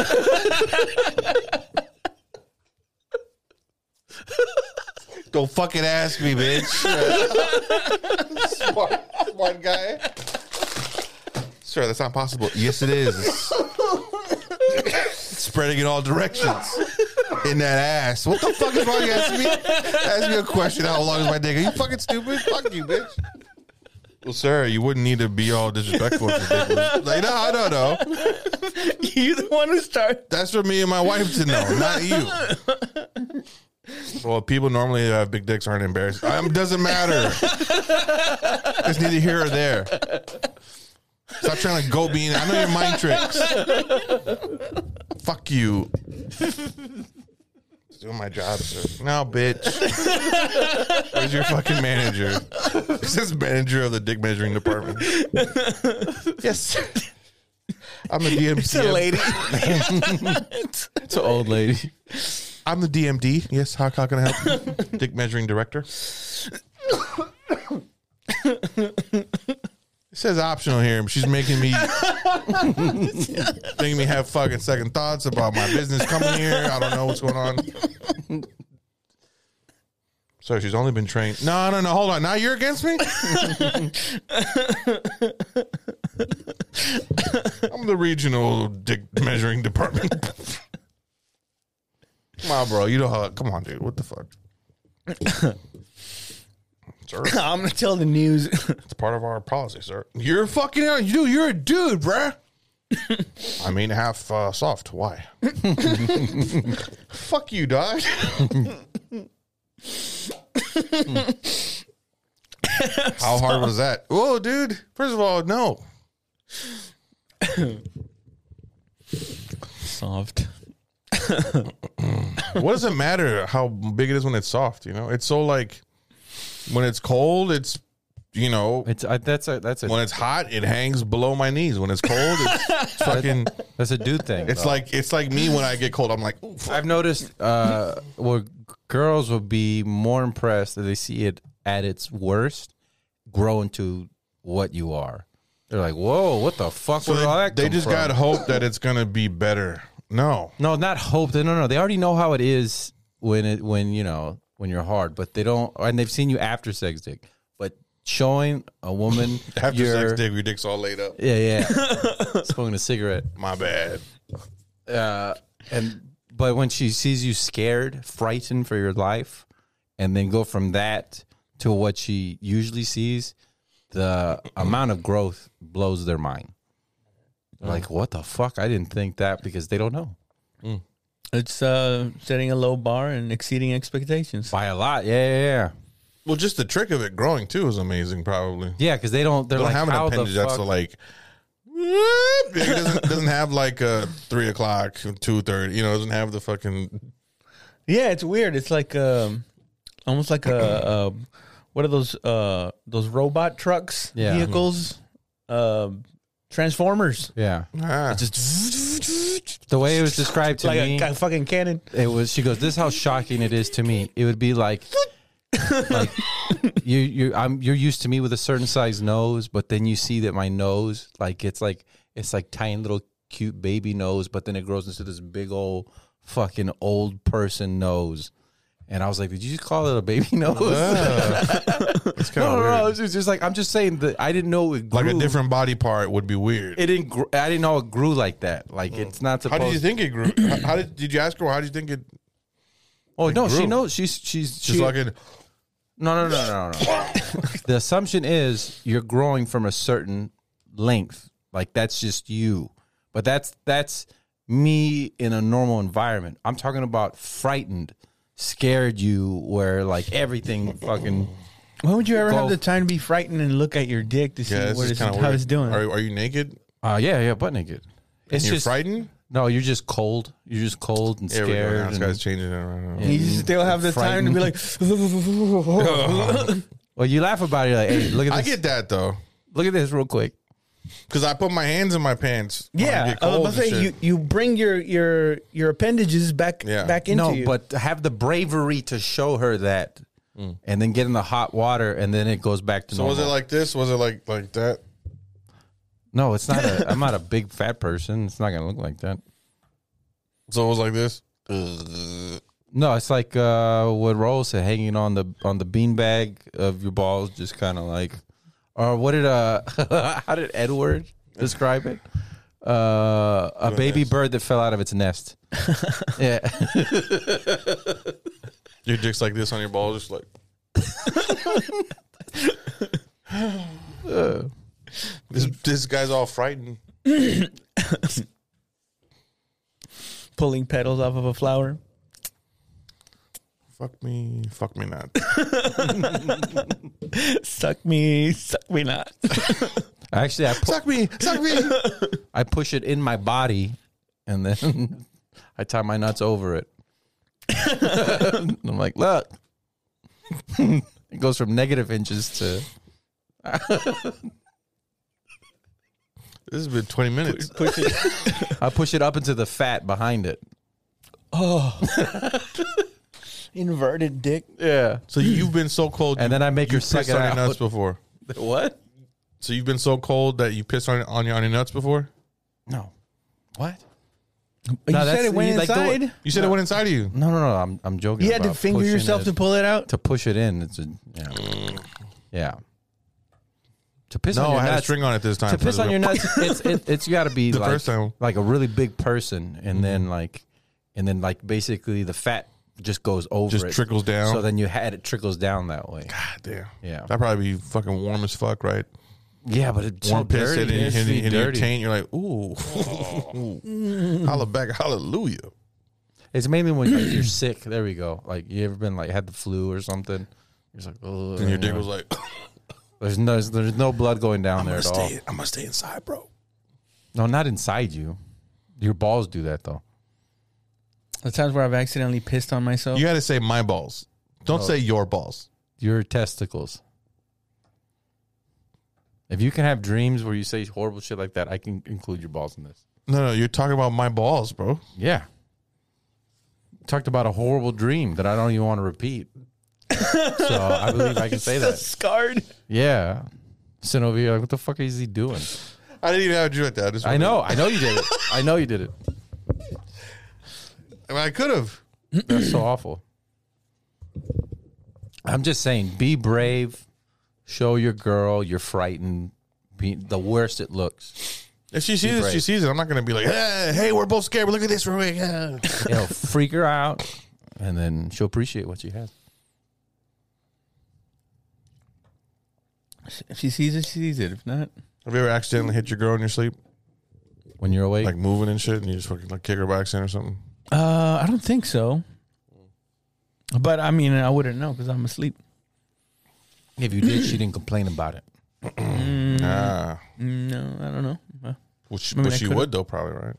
[SPEAKER 2] Don't fucking ask me, bitch. smart, smart guy. Sir, that's not possible. Yes, it is. It's Spreading in all directions. In that ass. What the fuck is wrong? You asking me? Ask me a question. How long is my dick? Are you fucking stupid? Fuck you, bitch. Well, sir, you wouldn't need to be all disrespectful. If your dick was- like, no, no, no.
[SPEAKER 1] you the one who started.
[SPEAKER 2] That's for me and my wife to know, not you. [laughs] Well, people normally that have big dicks aren't embarrassed. Um, doesn't matter. it's neither here or there. Stop trying to go being. I know your mind tricks. Fuck you. Just doing my job, sir. No, bitch. Where's your fucking manager? This is manager of the dick measuring department. [laughs] yes, sir. I'm the DMC.
[SPEAKER 1] It's a lady.
[SPEAKER 3] it's an old lady
[SPEAKER 2] I'm the DMD. Yes, how, how can I help? Dick measuring director. it says optional here. and She's making me making me have fucking second thoughts about my business coming here. I don't know what's going on. So she's only been trained. No, no, no. Hold on. Now you're against me. I'm the regional dick measuring department. Come on, bro. You know how. Come on, dude. What the [coughs] fuck? sir,
[SPEAKER 1] I'm gonna tell the news. [laughs]
[SPEAKER 2] it's part of our policy, sir. You're a fucking out. You, you're a dude, bruh. I mean, half uh, soft. Why? [laughs] fuck you, [laughs] dog. how hard was that? Whoa, dude. First of all, no.
[SPEAKER 1] Soft.
[SPEAKER 2] what does it matter how big it is when it's soft? You know, it's so like when it's cold, it's you know.
[SPEAKER 3] It's I, that's a that's a
[SPEAKER 2] When it's hot, it hangs below my knees. When it's
[SPEAKER 3] [laughs]
[SPEAKER 2] cold, it's fucking.
[SPEAKER 3] that's a dude thing.
[SPEAKER 2] It's
[SPEAKER 3] though.
[SPEAKER 2] like it's like me when I get cold. I'm like, ooh, fuck.
[SPEAKER 3] I've noticed. Uh, well, g- girls will be more impressed that they see it at its worst, grow into what you are. They're like, "Whoa, what the fuck
[SPEAKER 2] So
[SPEAKER 3] was all
[SPEAKER 2] they,
[SPEAKER 3] that?"
[SPEAKER 2] they
[SPEAKER 3] come
[SPEAKER 2] just
[SPEAKER 3] from?
[SPEAKER 2] got hope that it's gonna be better. No,
[SPEAKER 3] No, not hope. No, no, no. They already know how it is when it when you know when you're hard, but they don't. And they've seen you after sex dick, but showing a woman
[SPEAKER 2] [laughs] after
[SPEAKER 3] your-
[SPEAKER 2] sex, dick, your dick's all laid up.
[SPEAKER 3] yeah, yeah, [laughs] smoking a cigarette,
[SPEAKER 2] My bad.
[SPEAKER 3] uh, and but when she sees you scared, frightened for your life, and then go from that to what she usually sees, the amount of growth blows their mind.
[SPEAKER 2] Uh-huh.
[SPEAKER 3] They're Like what the fuck? I didn't think that because they don't know
[SPEAKER 1] It's uh, setting a low bar and exceeding expectations.
[SPEAKER 3] by a lot. Yeah, yeah, yeah.
[SPEAKER 2] Well, just the trick of it growing too is amazing. Probably
[SPEAKER 3] Yeah, because they don't. They're
[SPEAKER 2] they don't
[SPEAKER 3] like,
[SPEAKER 2] have an
[SPEAKER 3] how the
[SPEAKER 2] appendage
[SPEAKER 3] fuck?
[SPEAKER 2] that's like. It doesn't, doesn't have like a three o'clock, two thirty. You know, doesn't have the fucking
[SPEAKER 1] Yeah, it's weird. It's like um, almost like a um, what are those uh those robot trucks,
[SPEAKER 3] Yeah.
[SPEAKER 2] Mm-hmm.
[SPEAKER 1] vehicles, um, transformers.
[SPEAKER 3] yeah,
[SPEAKER 2] Ah.
[SPEAKER 1] Just
[SPEAKER 3] the way it was described to
[SPEAKER 1] like
[SPEAKER 3] me,
[SPEAKER 1] a, a fucking cannon.
[SPEAKER 3] it was. She goes, "This is how shocking it is to me. It would be like, like you, you, I'm, you're used to me with a certain size nose, but then you see that my nose, like it's like it's like tiny little cute baby nose, but then it grows into this big old fucking old person nose." And I was like, "Did you just call it a baby [laughs] nose?" [laughs]
[SPEAKER 2] it's kind
[SPEAKER 3] no, no,
[SPEAKER 2] of weird.
[SPEAKER 3] no. It's just like I'm just saying that I didn't know it grew.
[SPEAKER 2] Like a different body part would be weird.
[SPEAKER 3] It didn't. Gr- I didn't know it grew like that. Like it's not
[SPEAKER 2] Mm. how
[SPEAKER 3] supposed.
[SPEAKER 2] did you think it grew? How- How did did you ask her? How did you think it?
[SPEAKER 3] Oh no, she
[SPEAKER 2] grew.
[SPEAKER 3] knows. She's she's
[SPEAKER 2] Just
[SPEAKER 3] she-
[SPEAKER 2] like it.
[SPEAKER 3] no no no no no. [laughs] the assumption is you're growing from a certain length. Like that's just you. But that's that's me in a normal environment. I'm talking about frightened, scared you where like everything fucking
[SPEAKER 1] When would you ever
[SPEAKER 3] Go-
[SPEAKER 1] have the time to be frightened and look at your dick to see
[SPEAKER 2] Yeah,
[SPEAKER 1] what
[SPEAKER 2] this is
[SPEAKER 1] it's,
[SPEAKER 2] kind of
[SPEAKER 1] how
[SPEAKER 2] weird.
[SPEAKER 1] it's doing?
[SPEAKER 2] Are, are you naked?
[SPEAKER 3] uh yeah, yeah, butt naked. It's
[SPEAKER 2] You're
[SPEAKER 3] just
[SPEAKER 2] frightened.
[SPEAKER 3] no, you're just cold. You're just cold and
[SPEAKER 2] Here we go.
[SPEAKER 3] scared.
[SPEAKER 2] Now This
[SPEAKER 3] and-
[SPEAKER 2] guy's changing it around.
[SPEAKER 1] you still have the time to be like,
[SPEAKER 2] [laughs]
[SPEAKER 3] well, you laugh about it. You're like, hey, look at
[SPEAKER 2] I
[SPEAKER 3] this.
[SPEAKER 2] get that though,
[SPEAKER 3] look at this real quick.
[SPEAKER 2] because I put my hands in my pants. when I
[SPEAKER 1] [laughs] yeah.
[SPEAKER 2] get
[SPEAKER 1] I was
[SPEAKER 2] cold
[SPEAKER 1] about to say,
[SPEAKER 2] and shit.
[SPEAKER 1] you you bring your your your appendages back
[SPEAKER 2] Yeah.
[SPEAKER 1] back into
[SPEAKER 3] no,
[SPEAKER 1] you.
[SPEAKER 3] but to have the bravery to show her that, and then get in the hot water, and then it goes back to
[SPEAKER 2] Mm. so
[SPEAKER 3] normal.
[SPEAKER 2] was it like this? Was it like like that?
[SPEAKER 3] no, it's not. A, I'm not
[SPEAKER 2] [laughs]
[SPEAKER 3] a big fat person. It's not gonna look like that.
[SPEAKER 2] So it was like this.
[SPEAKER 3] No, it's like uh, what Rose said, hanging on the on the beanbag of your balls, just kind of like, or what did uh, [laughs] how did Edward describe it? Uh, a baby bird that fell out of its
[SPEAKER 2] [laughs]
[SPEAKER 3] nest. yeah,
[SPEAKER 2] Your dick's like this on your balls, just like. [laughs] this this guy's all frightened.
[SPEAKER 1] Pulling petals off of a flower.
[SPEAKER 2] Fuck me, fuck me not.
[SPEAKER 1] Suck me, [laughs] suck me
[SPEAKER 2] [laughs]
[SPEAKER 1] not.
[SPEAKER 3] actually, I pu-
[SPEAKER 2] suck me, suck me.
[SPEAKER 3] I push it in my body, and then [laughs] I tie my nuts over
[SPEAKER 2] [laughs]
[SPEAKER 3] it. [laughs] And I'm like, look, [laughs] it goes from negative inches to
[SPEAKER 2] This has been twenty minutes.
[SPEAKER 1] Push it.
[SPEAKER 3] I push it up into the fat behind it.
[SPEAKER 4] Inverted dick.
[SPEAKER 3] Yeah.
[SPEAKER 2] So you've been so cold,
[SPEAKER 3] And
[SPEAKER 2] you-
[SPEAKER 3] then I make
[SPEAKER 2] you
[SPEAKER 3] her suck
[SPEAKER 2] pissed
[SPEAKER 3] it
[SPEAKER 2] on your
[SPEAKER 3] out.
[SPEAKER 2] nuts before.
[SPEAKER 3] What?
[SPEAKER 2] So you've been so cold that you pissed on on your on your nuts before.
[SPEAKER 3] No. What?
[SPEAKER 1] you
[SPEAKER 3] that's-
[SPEAKER 1] said it went
[SPEAKER 3] you like the way-
[SPEAKER 1] inside.
[SPEAKER 2] You said it went inside of you.
[SPEAKER 3] No, no, no. I'm, I'm joking.
[SPEAKER 1] you had to
[SPEAKER 3] about
[SPEAKER 1] finger
[SPEAKER 3] pushing
[SPEAKER 1] yourself
[SPEAKER 3] it-
[SPEAKER 1] to pull it out.
[SPEAKER 3] to push it in. It's a yeah. yeah. To piss on
[SPEAKER 2] No,
[SPEAKER 3] your
[SPEAKER 2] I had
[SPEAKER 3] nuts.
[SPEAKER 2] a string on it this time.
[SPEAKER 3] to piss on your nuts,
[SPEAKER 2] [laughs]
[SPEAKER 3] it's it, it's got to be
[SPEAKER 2] The
[SPEAKER 3] like,
[SPEAKER 2] first time. Mm-hmm.
[SPEAKER 3] like a really big person, and then like, and then like basically the fat just goes over,
[SPEAKER 2] Just
[SPEAKER 3] it.
[SPEAKER 2] trickles down.
[SPEAKER 3] So then you had it trickles down that way.
[SPEAKER 2] God damn.
[SPEAKER 3] Yeah.
[SPEAKER 2] That'd probably be fucking warm as fuck, right?
[SPEAKER 3] Yeah, but it's
[SPEAKER 2] One piss
[SPEAKER 3] dirty.
[SPEAKER 2] in, in,
[SPEAKER 3] It's
[SPEAKER 2] in, in your
[SPEAKER 3] dirty.
[SPEAKER 2] taint, you're
[SPEAKER 3] [laughs]
[SPEAKER 2] like, ooh, holla back, hallelujah.
[SPEAKER 3] It's mainly when like,
[SPEAKER 2] [clears throat]
[SPEAKER 3] you're sick. There we go. Like you ever been like had the flu or something? You're just like, oh,
[SPEAKER 2] And your dick was like, [clears throat]
[SPEAKER 3] there's no there's, there's no blood going down
[SPEAKER 2] I'm
[SPEAKER 3] there
[SPEAKER 2] gonna
[SPEAKER 3] at all.
[SPEAKER 2] stay, I'm gonna stay inside, bro.
[SPEAKER 3] No, not inside you. Your balls do that though.
[SPEAKER 1] The times where I've accidentally pissed on myself.
[SPEAKER 2] You got to say my balls. Don't say your balls.
[SPEAKER 3] your testicles. If you can have dreams where you say horrible shit like that, I can include your balls in this.
[SPEAKER 2] No, no, you're talking about my balls, bro.
[SPEAKER 3] Yeah. Talked about a horrible dream that I don't even want to
[SPEAKER 2] [laughs]
[SPEAKER 3] repeat. so I believe I can say
[SPEAKER 1] so
[SPEAKER 3] that.
[SPEAKER 1] [laughs] scarred.
[SPEAKER 3] Yeah. Sitting over here like, what the fuck is he doing?
[SPEAKER 2] I didn't even have to do it. That I, just
[SPEAKER 3] I know. I know you did it. I know you did it.
[SPEAKER 2] I, mean, I could have.
[SPEAKER 3] That's so awful. I'm just saying, be brave. Show your girl you're frightened. Be the worst it looks.
[SPEAKER 2] If she sees it, she
[SPEAKER 3] brave.
[SPEAKER 2] sees it. I'm not gonna be like, hey, hey, we're both scared. But look at this real quick. Yeah.
[SPEAKER 1] [laughs]
[SPEAKER 3] It'll freak her out, and then she'll appreciate what she has.
[SPEAKER 1] If she sees it, she sees it. If not,
[SPEAKER 2] have you ever accidentally hit your girl in your sleep,
[SPEAKER 3] When you're awake,
[SPEAKER 2] like moving and shit, and you just fucking like kick her by accident or something?
[SPEAKER 1] uh, I don't think so. But I mean, I wouldn't know because I'm asleep.
[SPEAKER 3] if you did, she didn't complain about it.
[SPEAKER 1] Mm.
[SPEAKER 2] Ah,
[SPEAKER 1] No, I don't know. Well,
[SPEAKER 2] well, she,
[SPEAKER 1] Maybe Mm-hmm.
[SPEAKER 2] well,
[SPEAKER 1] I
[SPEAKER 2] she
[SPEAKER 1] could've.
[SPEAKER 2] would though, probably right.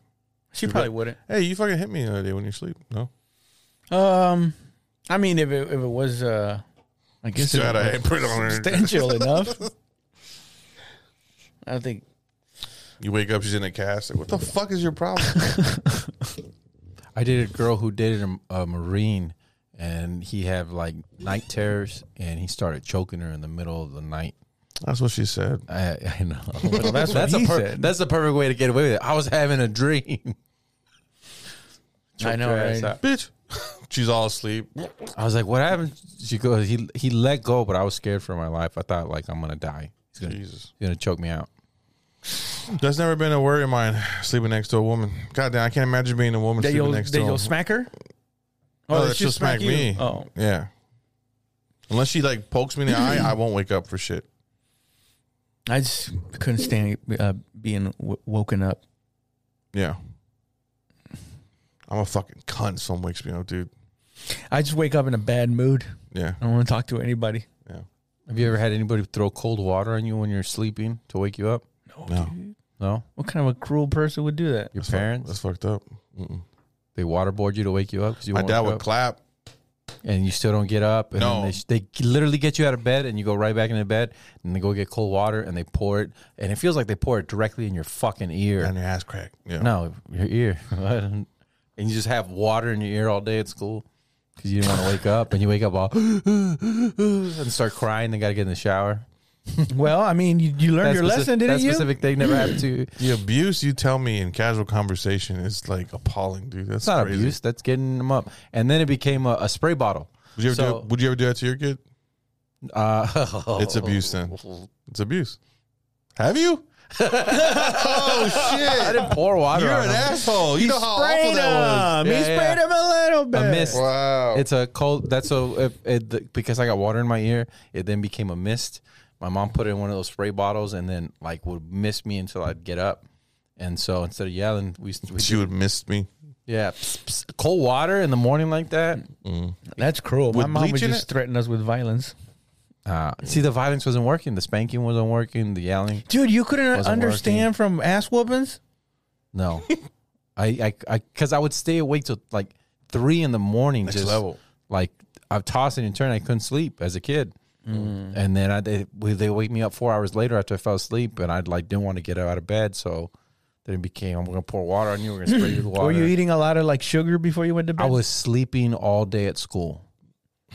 [SPEAKER 1] she probably wouldn't.
[SPEAKER 2] Hey, you fucking hit me the other day when you sleep. No,
[SPEAKER 1] Um, I mean, if it if it was, uh, I guess
[SPEAKER 2] Still
[SPEAKER 1] it
[SPEAKER 2] had a
[SPEAKER 1] was
[SPEAKER 2] handprint on her.
[SPEAKER 1] substantial [laughs] enough. I don't think.
[SPEAKER 2] [laughs] you wake up, she's in a
[SPEAKER 1] [laughs]
[SPEAKER 2] cast. Like, what the fuck is your problem?
[SPEAKER 3] I dated a girl who dated a, a marine, and he had like night terrors, and he started choking her in the middle of the night.
[SPEAKER 2] That's what she said.
[SPEAKER 3] I,
[SPEAKER 1] [laughs]
[SPEAKER 3] I know
[SPEAKER 1] that's what
[SPEAKER 3] a
[SPEAKER 1] he
[SPEAKER 3] per-
[SPEAKER 1] said.
[SPEAKER 3] that's the perfect way to get away with it. I was having a dream.
[SPEAKER 1] I know,
[SPEAKER 3] Choked her ass
[SPEAKER 1] right?
[SPEAKER 3] out.
[SPEAKER 2] Bitch, [laughs] she's all asleep.
[SPEAKER 3] I was like, "What happened?" She goes, "He he let go, but I was scared for my life. I thought like I'm gonna die. He's gonna, he's
[SPEAKER 2] Jesus,
[SPEAKER 3] gonna choke me out."
[SPEAKER 2] that's never been a worry of mine. Sleeping next to a woman. God damn, I can't imagine being a woman
[SPEAKER 1] That
[SPEAKER 2] sleeping
[SPEAKER 1] you'll
[SPEAKER 2] next
[SPEAKER 1] that
[SPEAKER 2] to.
[SPEAKER 1] you'll
[SPEAKER 2] a-
[SPEAKER 1] smack her. Oh,
[SPEAKER 2] No,
[SPEAKER 1] that
[SPEAKER 2] that she'll smack
[SPEAKER 1] you.
[SPEAKER 2] me.
[SPEAKER 1] Oh,
[SPEAKER 2] Yeah. Unless she like pokes me in the eye, I won't wake up for shit.
[SPEAKER 1] I just couldn't stand uh, being w- woken up.
[SPEAKER 2] Yeah. I'm a fucking cunt. Someone wakes me up, dude.
[SPEAKER 1] I just wake up in a bad mood.
[SPEAKER 2] Yeah.
[SPEAKER 1] I don't want to talk to anybody.
[SPEAKER 3] Have you ever had anybody throw cold water on you when you're sleeping to wake you up?
[SPEAKER 2] No.
[SPEAKER 3] No,
[SPEAKER 1] What kind of a cruel person would do that?
[SPEAKER 3] your
[SPEAKER 2] That's fu-
[SPEAKER 3] parents.
[SPEAKER 2] That's fucked up. Mm-mm.
[SPEAKER 3] They waterboard you to wake you up because you
[SPEAKER 2] My
[SPEAKER 3] won't
[SPEAKER 2] dad
[SPEAKER 3] wake
[SPEAKER 2] would
[SPEAKER 3] up,
[SPEAKER 2] clap.
[SPEAKER 3] and you still don't get up. And
[SPEAKER 2] No.
[SPEAKER 3] then they, they literally get you out of bed, and you go right back into bed, and they go get cold water, and they pour it, and it feels like they pour it directly in your fucking ear.
[SPEAKER 2] And your ass crack. Yeah.
[SPEAKER 3] No, your ear, [laughs] and you just have water in your ear all day at school because you didn't want to wake up, and you wake up all [gasps] and start crying. Then got to get in the shower.
[SPEAKER 1] [laughs] Well, I mean, you, you learned
[SPEAKER 3] That
[SPEAKER 1] your
[SPEAKER 3] speci-
[SPEAKER 1] lesson, didn't
[SPEAKER 3] that
[SPEAKER 1] you?
[SPEAKER 3] specific thing never happened to you.
[SPEAKER 2] The abuse you tell me in casual conversation is like appalling, dude. That's
[SPEAKER 3] It's not
[SPEAKER 2] crazy.
[SPEAKER 3] abuse. That's getting them up. And then it became a, a spray bottle.
[SPEAKER 2] Would you, ever
[SPEAKER 3] So-
[SPEAKER 2] do, would you ever do that to your kid?
[SPEAKER 3] Uh, [laughs]
[SPEAKER 2] It's abuse then. It's abuse.
[SPEAKER 3] [laughs]
[SPEAKER 2] Have you? oh
[SPEAKER 3] I
[SPEAKER 2] shit!
[SPEAKER 3] didn't pour water.
[SPEAKER 2] [laughs] You're
[SPEAKER 3] on
[SPEAKER 2] an
[SPEAKER 3] them.
[SPEAKER 2] asshole. You know how awful
[SPEAKER 1] Sprayed
[SPEAKER 2] that was.
[SPEAKER 1] him.
[SPEAKER 3] Yeah,
[SPEAKER 1] he
[SPEAKER 3] yeah.
[SPEAKER 1] sprayed him a little bit.
[SPEAKER 3] mist.
[SPEAKER 2] Wow.
[SPEAKER 3] It's a cold. That's so. If it, the- because I got water in my ear, it then became a mist. My mom put it in one of those spray bottles, and then like would mist me until I'd get up. And so instead of yelling, we, we
[SPEAKER 2] she would miss me.
[SPEAKER 3] yeah, pss, pss, cold water in the morning like that.
[SPEAKER 1] That's cruel. My
[SPEAKER 2] With
[SPEAKER 1] mom would
[SPEAKER 2] bleach in
[SPEAKER 1] just
[SPEAKER 2] it?
[SPEAKER 1] threaten us with violence.
[SPEAKER 3] Uh, see, the violence wasn't working. The spanking wasn't working. The yelling,
[SPEAKER 1] Dude, you couldn't
[SPEAKER 3] Wasn't
[SPEAKER 1] understand from ass whoopings?
[SPEAKER 3] no. I, I, I, because I would stay awake till like three in the morning. just
[SPEAKER 2] level.
[SPEAKER 3] like I'm tossing and turning. I couldn't sleep as a kid, and then I they, they wake me up four hours later after I fell asleep, and I'd like didn't want to get out of bed, so Then it became, I'm going to pour water on you. We're going to spray you with water.
[SPEAKER 1] Were you eating a lot of like sugar before you went to bed?
[SPEAKER 3] I was sleeping all day at school.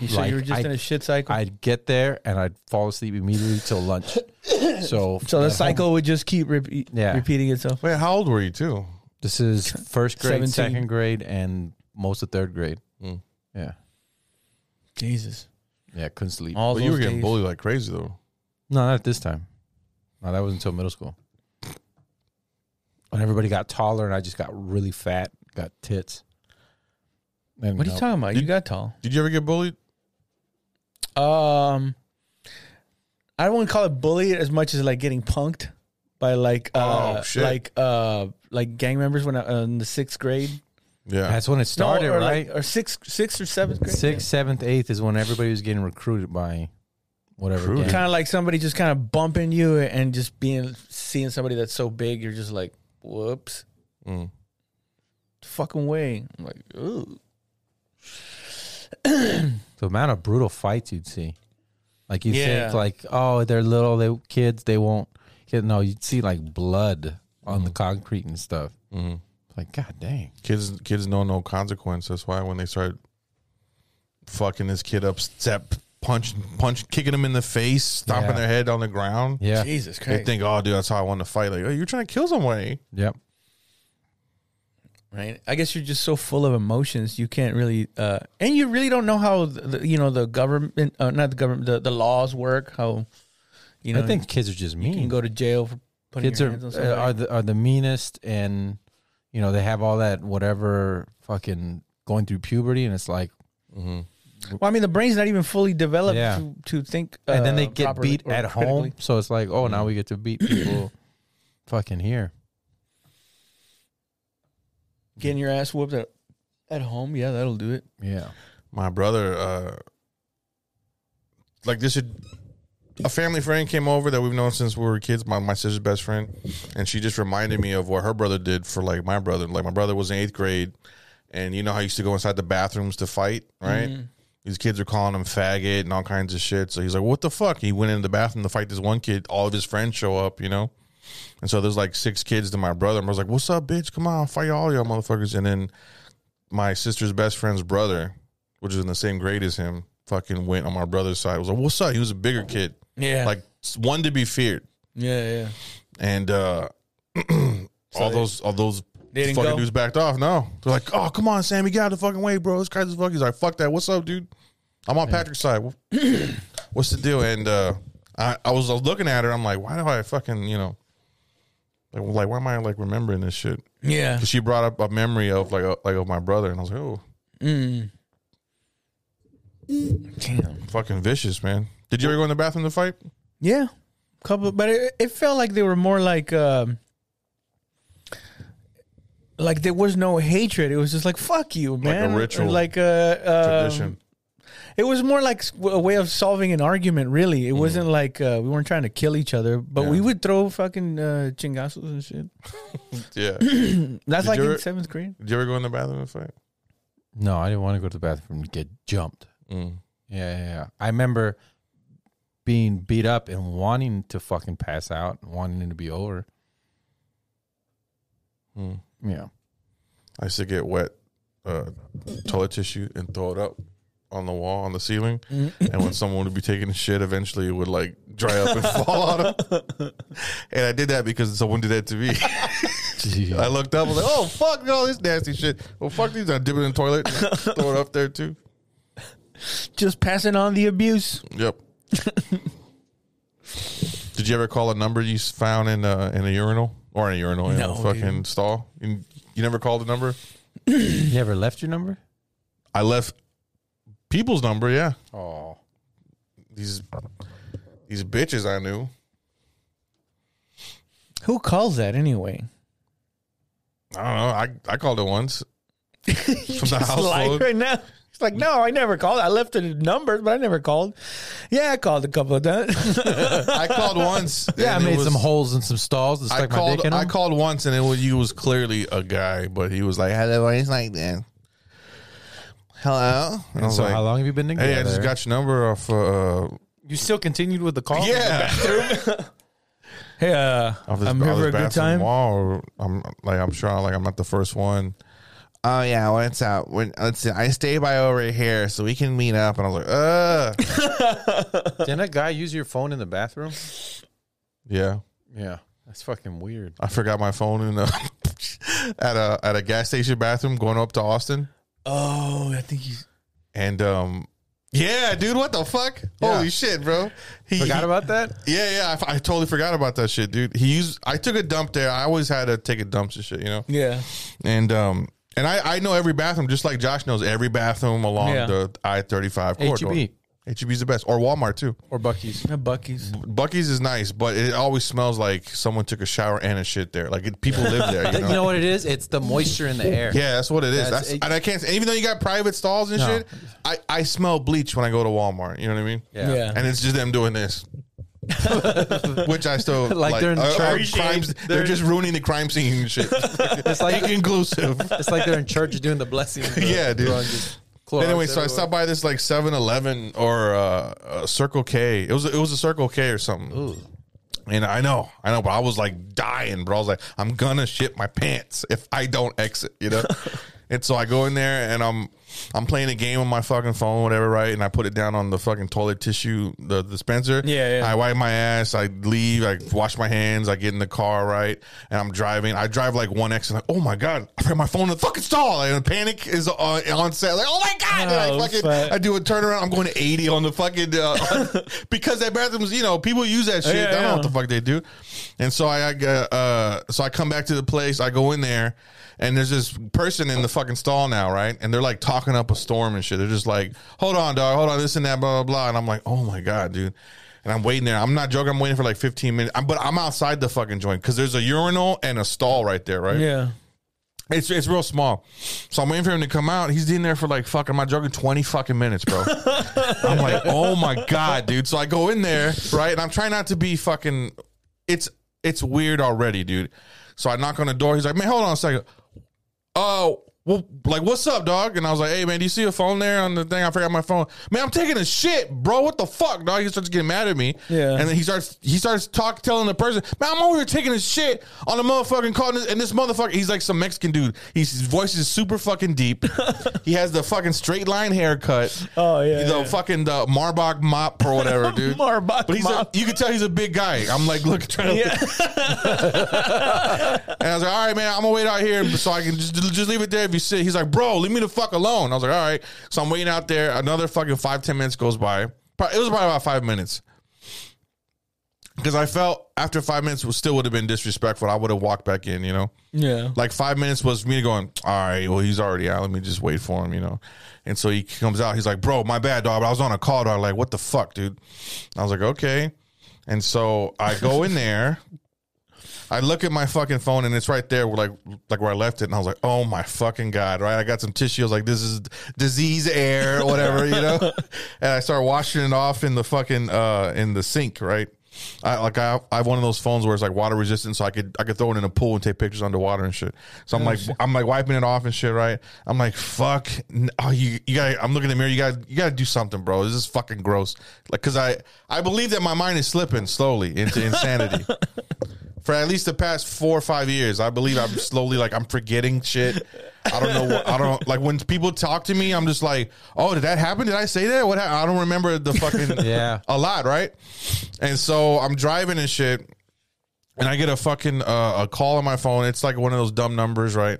[SPEAKER 1] So
[SPEAKER 3] like,
[SPEAKER 1] you were just
[SPEAKER 3] I-
[SPEAKER 1] in a shit cycle.
[SPEAKER 3] I'd get there and I'd fall asleep immediately
[SPEAKER 1] [coughs]
[SPEAKER 3] till lunch. So,
[SPEAKER 1] so the
[SPEAKER 3] at home-
[SPEAKER 1] cycle would just keep repeat,
[SPEAKER 3] Yeah.
[SPEAKER 1] repeating itself.
[SPEAKER 2] Wait, how old were you too?
[SPEAKER 3] This is first
[SPEAKER 1] 17.
[SPEAKER 3] grade, second grade, and most of third grade.
[SPEAKER 1] Mm.
[SPEAKER 3] Yeah.
[SPEAKER 1] Jesus,
[SPEAKER 3] Yeah. Couldn't sleep.
[SPEAKER 1] all
[SPEAKER 2] Well,
[SPEAKER 1] those
[SPEAKER 2] you were getting
[SPEAKER 1] days.
[SPEAKER 2] bullied like crazy though.
[SPEAKER 3] No, not at this time. No, that was until middle school. When everybody got taller and I just got really fat, got tits. And
[SPEAKER 1] What are you talking about? You got tall.
[SPEAKER 2] Did you ever get bullied?
[SPEAKER 1] Um, I wouldn't call it bullied as much as like getting punked by like uh,
[SPEAKER 2] Oh, shit.
[SPEAKER 1] like uh like gang members when I, uh, in the sixth grade.
[SPEAKER 2] Yeah.
[SPEAKER 3] That's when it started,
[SPEAKER 1] No, or
[SPEAKER 3] right?
[SPEAKER 1] Like, or sixth, sixth or seventh grade.
[SPEAKER 3] Sixth, seventh, eighth is when everybody was getting recruited by whatever.
[SPEAKER 2] Recruited?
[SPEAKER 3] gang.
[SPEAKER 1] Kind of like somebody just kind of bumping you and just being seeing somebody that's so big, you're just like, whoops,
[SPEAKER 2] Mm.
[SPEAKER 1] fucking way. I'm like, ooh,
[SPEAKER 3] The amount of brutal fights you'd see. Like you
[SPEAKER 1] Yeah.
[SPEAKER 3] think like, oh, they're little, they kids, they won't get no, you'd see like blood on the
[SPEAKER 1] Mm.
[SPEAKER 3] concrete and stuff.
[SPEAKER 2] hmm
[SPEAKER 3] Like, god dang.
[SPEAKER 2] Kids, kids know no consequence. That's why when they start fucking this kid up, step, punch, punch, kicking him in the face, stomping
[SPEAKER 3] Yeah.
[SPEAKER 2] their head on the ground.
[SPEAKER 3] Yeah.
[SPEAKER 1] Jesus
[SPEAKER 2] They
[SPEAKER 1] Christ,
[SPEAKER 2] think, oh, dude, that's how I want to fight. Like, oh, you're trying to kill somebody.
[SPEAKER 3] Yep.
[SPEAKER 1] right? I guess you're just so full of emotions, you can't really, uh, and you really don't know how the, the- you know the government, uh, not the government, the, the laws work. How you know?
[SPEAKER 3] I think kids are just mean.
[SPEAKER 1] you can go to jail for putting
[SPEAKER 3] kids
[SPEAKER 1] your
[SPEAKER 3] are
[SPEAKER 1] hands on
[SPEAKER 3] uh,
[SPEAKER 1] somebody.
[SPEAKER 3] are the, are the meanest and you know they have all that whatever fucking going through puberty and it's like Mm-hmm.
[SPEAKER 1] well, I mean, the brain's not even fully developed
[SPEAKER 3] Yeah.
[SPEAKER 1] to, to think, uh,
[SPEAKER 3] and then they get
[SPEAKER 1] properly
[SPEAKER 3] beat
[SPEAKER 1] or
[SPEAKER 3] at
[SPEAKER 1] critically. Mm.
[SPEAKER 3] home so it's like oh now we get to
[SPEAKER 1] [clears throat]
[SPEAKER 3] beat people fucking here
[SPEAKER 1] Getting your ass whooped at, at home, yeah, that'll do it.
[SPEAKER 3] yeah
[SPEAKER 2] my brother uh like this should a family friend came over that we've known since we were kids my, my sister's best friend and she just reminded me of what her brother did for like my brother like my brother was in eighth grade and you know how he used to go inside the bathrooms to fight right
[SPEAKER 1] Mm-hmm.
[SPEAKER 2] these kids are calling him faggot and all kinds of shit so he's like what the fuck he went in the bathroom to fight this one kid all of his friends show up you know and so there's like six kids to my brother and i was like what's up bitch come on I'll fight all y'all motherfuckers and then my sister's best friend's brother, which is in the same grade as him, fucking went on my brother's side. Was like, "What's up?" He was a bigger kid,
[SPEAKER 1] Yeah,
[SPEAKER 2] like one to be feared,
[SPEAKER 1] yeah, yeah.
[SPEAKER 2] and uh, [clears throat] all
[SPEAKER 1] they-
[SPEAKER 2] those all those
[SPEAKER 1] they didn't
[SPEAKER 2] fucking
[SPEAKER 1] go?
[SPEAKER 2] dudes backed off. No, they're like, "Oh, come on, Sammy, get out of the fucking way, bro. This guy's fuck." He's like, "Fuck that. What's up, dude? I'm on Patrick's side. [clears throat] What's the deal?" And uh, I, I was looking at her. I'm like, "Why do I fucking you know?" Like, like, why am I like remembering this shit?
[SPEAKER 1] Yeah.
[SPEAKER 2] 'Cause she brought up a memory of like, a, like of my brother, and I was like, "Oh,
[SPEAKER 1] Mm. Damn.
[SPEAKER 2] Fucking vicious, man. Did you ever go in the bathroom to fight?
[SPEAKER 1] Yeah. Couple, but it, it felt like they were more like, um, like there was no hatred. It was just like fuck you, man.
[SPEAKER 2] ritual.
[SPEAKER 1] like a um,
[SPEAKER 2] Tradition.
[SPEAKER 1] It was more like s- a way of solving an argument. Really, it
[SPEAKER 2] Mm-hmm.
[SPEAKER 1] wasn't like uh, we weren't trying to kill each other, but we would throw fucking uh, chingasos and
[SPEAKER 2] [clears throat]
[SPEAKER 1] shit.
[SPEAKER 2] yeah.
[SPEAKER 1] [clears throat] That's
[SPEAKER 2] Did
[SPEAKER 1] like
[SPEAKER 2] you
[SPEAKER 1] in
[SPEAKER 2] ever-
[SPEAKER 1] seventh grade.
[SPEAKER 2] Did you ever go in the bathroom to fight?
[SPEAKER 3] no i didn't want to go to the bathroom and get jumped
[SPEAKER 2] Mm.
[SPEAKER 3] yeah yeah, yeah. i remember being beat up and wanting to fucking pass out and wanting it to be over
[SPEAKER 2] Mm.
[SPEAKER 3] yeah
[SPEAKER 2] I used to get wet uh, toilet tissue and throw it up on the wall, on the ceiling.
[SPEAKER 1] Mm.
[SPEAKER 2] And when someone would be taking a shit, eventually it would like dry up and [laughs] fall out. Of. And I did that because someone did that to me. I looked up, I was like, oh, fuck, all this nasty shit. Well, fuck these. I dip it in the toilet, throw it up there too.
[SPEAKER 1] Just passing on the abuse.
[SPEAKER 2] Yep. Did you ever call a number you s- found in a, in a urinal or in a urinal in
[SPEAKER 1] No,
[SPEAKER 2] a fucking
[SPEAKER 1] dude.
[SPEAKER 2] stall? And you never called a number.
[SPEAKER 3] you ever left your number
[SPEAKER 2] I left people's number. Yeah,
[SPEAKER 3] oh
[SPEAKER 2] these these bitches I knew.
[SPEAKER 1] Who calls that anyway?
[SPEAKER 2] I don't know. I I called it [laughs] once. From the
[SPEAKER 1] [laughs] It's like
[SPEAKER 2] household.
[SPEAKER 1] right now. It's like, no, I never called. I left the numbers, but I never called. Yeah, I called a couple of times.
[SPEAKER 2] I called once.
[SPEAKER 3] [laughs] yeah i
[SPEAKER 2] and it
[SPEAKER 3] made
[SPEAKER 2] was-
[SPEAKER 3] some holes in some stalls and
[SPEAKER 2] I
[SPEAKER 3] stuck my dick
[SPEAKER 2] called.
[SPEAKER 3] in them
[SPEAKER 2] I called once, and it was you was clearly a guy, but he was like, "Hello, it's like that." Hello. And I
[SPEAKER 3] and
[SPEAKER 2] was
[SPEAKER 3] so
[SPEAKER 2] like,
[SPEAKER 3] how long have you been together
[SPEAKER 2] Hey, I just got your number off. Uh, [laughs]
[SPEAKER 3] You still continued with the call?
[SPEAKER 2] yeah.
[SPEAKER 1] Hey, uh,
[SPEAKER 2] off this-
[SPEAKER 1] I'm
[SPEAKER 2] off
[SPEAKER 1] here for
[SPEAKER 2] this
[SPEAKER 1] a good
[SPEAKER 2] bathroom
[SPEAKER 1] time.
[SPEAKER 2] Wall, I'm like I'm sure like I'm not the first one. Oh yeah, well it's out. When let's see, I stay by over here so we can meet up. And I was like, uh,
[SPEAKER 3] Didn't a guy use your phone in the bathroom?
[SPEAKER 2] yeah.
[SPEAKER 3] Yeah, that's fucking weird.
[SPEAKER 2] I forgot my phone in the [laughs] at a at a gas station bathroom going up to Austin.
[SPEAKER 1] Oh, I think he's.
[SPEAKER 2] And um, yeah, dude, what the fuck?
[SPEAKER 3] Yeah.
[SPEAKER 2] Holy shit, bro! He
[SPEAKER 3] Forgot about
[SPEAKER 2] [laughs]
[SPEAKER 3] that.
[SPEAKER 2] Yeah, yeah, I f- I, totally forgot about that shit, dude. He used I took a dump there. I always had to take a dump and shit, you know.
[SPEAKER 1] Yeah.
[SPEAKER 2] And um, and I I know every bathroom just like Josh knows every bathroom along
[SPEAKER 1] Yeah.
[SPEAKER 2] the I thirty five corridor.
[SPEAKER 3] HEB
[SPEAKER 2] HEB's the best, or Walmart too.
[SPEAKER 3] or Bucky's.
[SPEAKER 1] Yeah, Bucky's.
[SPEAKER 2] Bucky's is nice, but it always smells like someone took a shower and a shit there. Like it, people live there, you know.
[SPEAKER 3] You know what it is? It's the moisture in the air.
[SPEAKER 2] Yeah, that's what it is.
[SPEAKER 3] That's-
[SPEAKER 2] That's, and I can't. and Even though you got private stalls and
[SPEAKER 3] No.
[SPEAKER 2] shit, I, I smell bleach when I go to Walmart. You know what I mean?
[SPEAKER 3] Yeah.
[SPEAKER 1] Yeah.
[SPEAKER 2] And it's just them doing
[SPEAKER 3] [laughs]
[SPEAKER 2] this, which I still uh,
[SPEAKER 3] Like they're in church.
[SPEAKER 2] crimes- they're,
[SPEAKER 3] They're-
[SPEAKER 2] just ruining the crime scene
[SPEAKER 3] [laughs]
[SPEAKER 2] and shit.
[SPEAKER 3] It's like
[SPEAKER 2] Inconclusive.
[SPEAKER 3] it's like they're in church doing the blessing.
[SPEAKER 2] [laughs] Yeah, dude.
[SPEAKER 3] Throwing just clorox
[SPEAKER 2] anyway, so I
[SPEAKER 3] everywhere.
[SPEAKER 2] stopped by this like 7-Eleven or uh, uh, Circle K. It was it was a Circle K or something. And I know, I know, but I was like dying, but I was like, I'm gonna shit my pants if I don't exit,
[SPEAKER 1] [laughs]
[SPEAKER 2] you know. and so I go in there and I'm I'm playing a game on my fucking phone, whatever, right? And I put it down on the fucking toilet tissue, the the dispenser.
[SPEAKER 1] Yeah, yeah.
[SPEAKER 2] I wipe my ass, I leave, I wash my hands, I get in the car, right? And I'm driving. I drive like one X and like, oh my god, I put my phone in the fucking stall. And panic is uh, on set. Like, oh my god, and I
[SPEAKER 1] Oh,
[SPEAKER 2] fucking
[SPEAKER 1] fuck.
[SPEAKER 2] I do a turnaround. I'm going to 80 on the fucking uh, [laughs] because that bathroom's you know people use that shit.
[SPEAKER 1] Yeah,
[SPEAKER 2] I don't know
[SPEAKER 1] yeah.
[SPEAKER 2] what the fuck they do. And so I, I uh, uh, so I come back to the place. I go in there, and there's this person in the fucking stall now, right? And they're like talking up a storm and shit. They're just like, hold on, dog, hold on, this and that, blah blah blah. And I'm like, oh my god, dude. And I'm waiting there. I'm not joking. I'm waiting for like 15 minutes. I'm, but I'm outside the fucking joint because there's a urinal and a stall right there, right?
[SPEAKER 1] Yeah.
[SPEAKER 2] It's it's real small. So I'm waiting for him to come out. He's in there for like fucking my joking 20 fucking minutes, bro. I'm like, oh my God, dude. So I go in there, right? And I'm trying not to be fucking it's it's weird already, dude. So I knock on the door. He's like, man, hold on a second. Oh, well, like, what's up, dog? And I was like, hey, man, do you see a phone there on the thing? I forgot my phone. Man, I'm taking a shit, bro. What the fuck, dog? He starts getting mad at me.
[SPEAKER 1] Yeah.
[SPEAKER 2] And then he starts he starts talk telling the person, man, I'm over here taking a shit on a motherfucking call. And this, and this motherfucker, he's like some Mexican dude. He's, his voice is super
[SPEAKER 1] [laughs]
[SPEAKER 2] fucking deep. he has the fucking straight line haircut.
[SPEAKER 1] Oh, yeah,
[SPEAKER 2] The
[SPEAKER 1] yeah.
[SPEAKER 2] fucking the Marbach mop
[SPEAKER 1] [laughs]
[SPEAKER 2] or whatever, dude.
[SPEAKER 1] Marbach
[SPEAKER 2] But he's a,
[SPEAKER 1] mop.
[SPEAKER 2] you can tell he's a big guy. I'm like, look, trying to
[SPEAKER 1] Yeah.
[SPEAKER 2] and I was like, all right, man, I'm gonna wait out here so I can just just leave it there if you sit. He's like, bro, leave me the fuck alone. I was like, all right. So I'm waiting out there. Another fucking five, ten minutes goes by. Pro- It was probably about five minutes. Because I felt after five minutes was still would have been disrespectful. I would have walked back in, you know?
[SPEAKER 1] Yeah.
[SPEAKER 2] Like five minutes was me going, all right, well, he's already out. Let me just wait for him, you know? And so he comes out. He's like, bro, my bad, dog. But I was on a call, dog. Like, what the fuck, dude? I was like, okay. And so I go in there. I look at my fucking phone and it's right there, where like like where I left it, and I was like, "Oh my fucking god!" Right? I got some tissue. I was like, "This is disease air, [laughs] or whatever," you know. and I start washing it off in the fucking uh in the sink, right? I like I, I have one of those phones where it's like water resistant, so I could I could throw it in a pool and take pictures underwater and shit. So I'm like I'm like wiping it off and shit, right? I'm like fuck, n- oh, you you got I'm looking in the mirror, you got you got to do something, bro. This is fucking gross. Like because I I believe that my mind is slipping slowly into insanity for at least the past four or five years. I believe I'm slowly like I'm forgetting shit. I don't know. What, I don't like when people talk to me. I'm just like, oh, did that happen? Did I say that? What? hap- I don't remember the fucking
[SPEAKER 3] Yeah.
[SPEAKER 2] a lot, right? And so I'm driving and shit, and I get a fucking uh, a call on my phone. It's like one of those dumb numbers, right?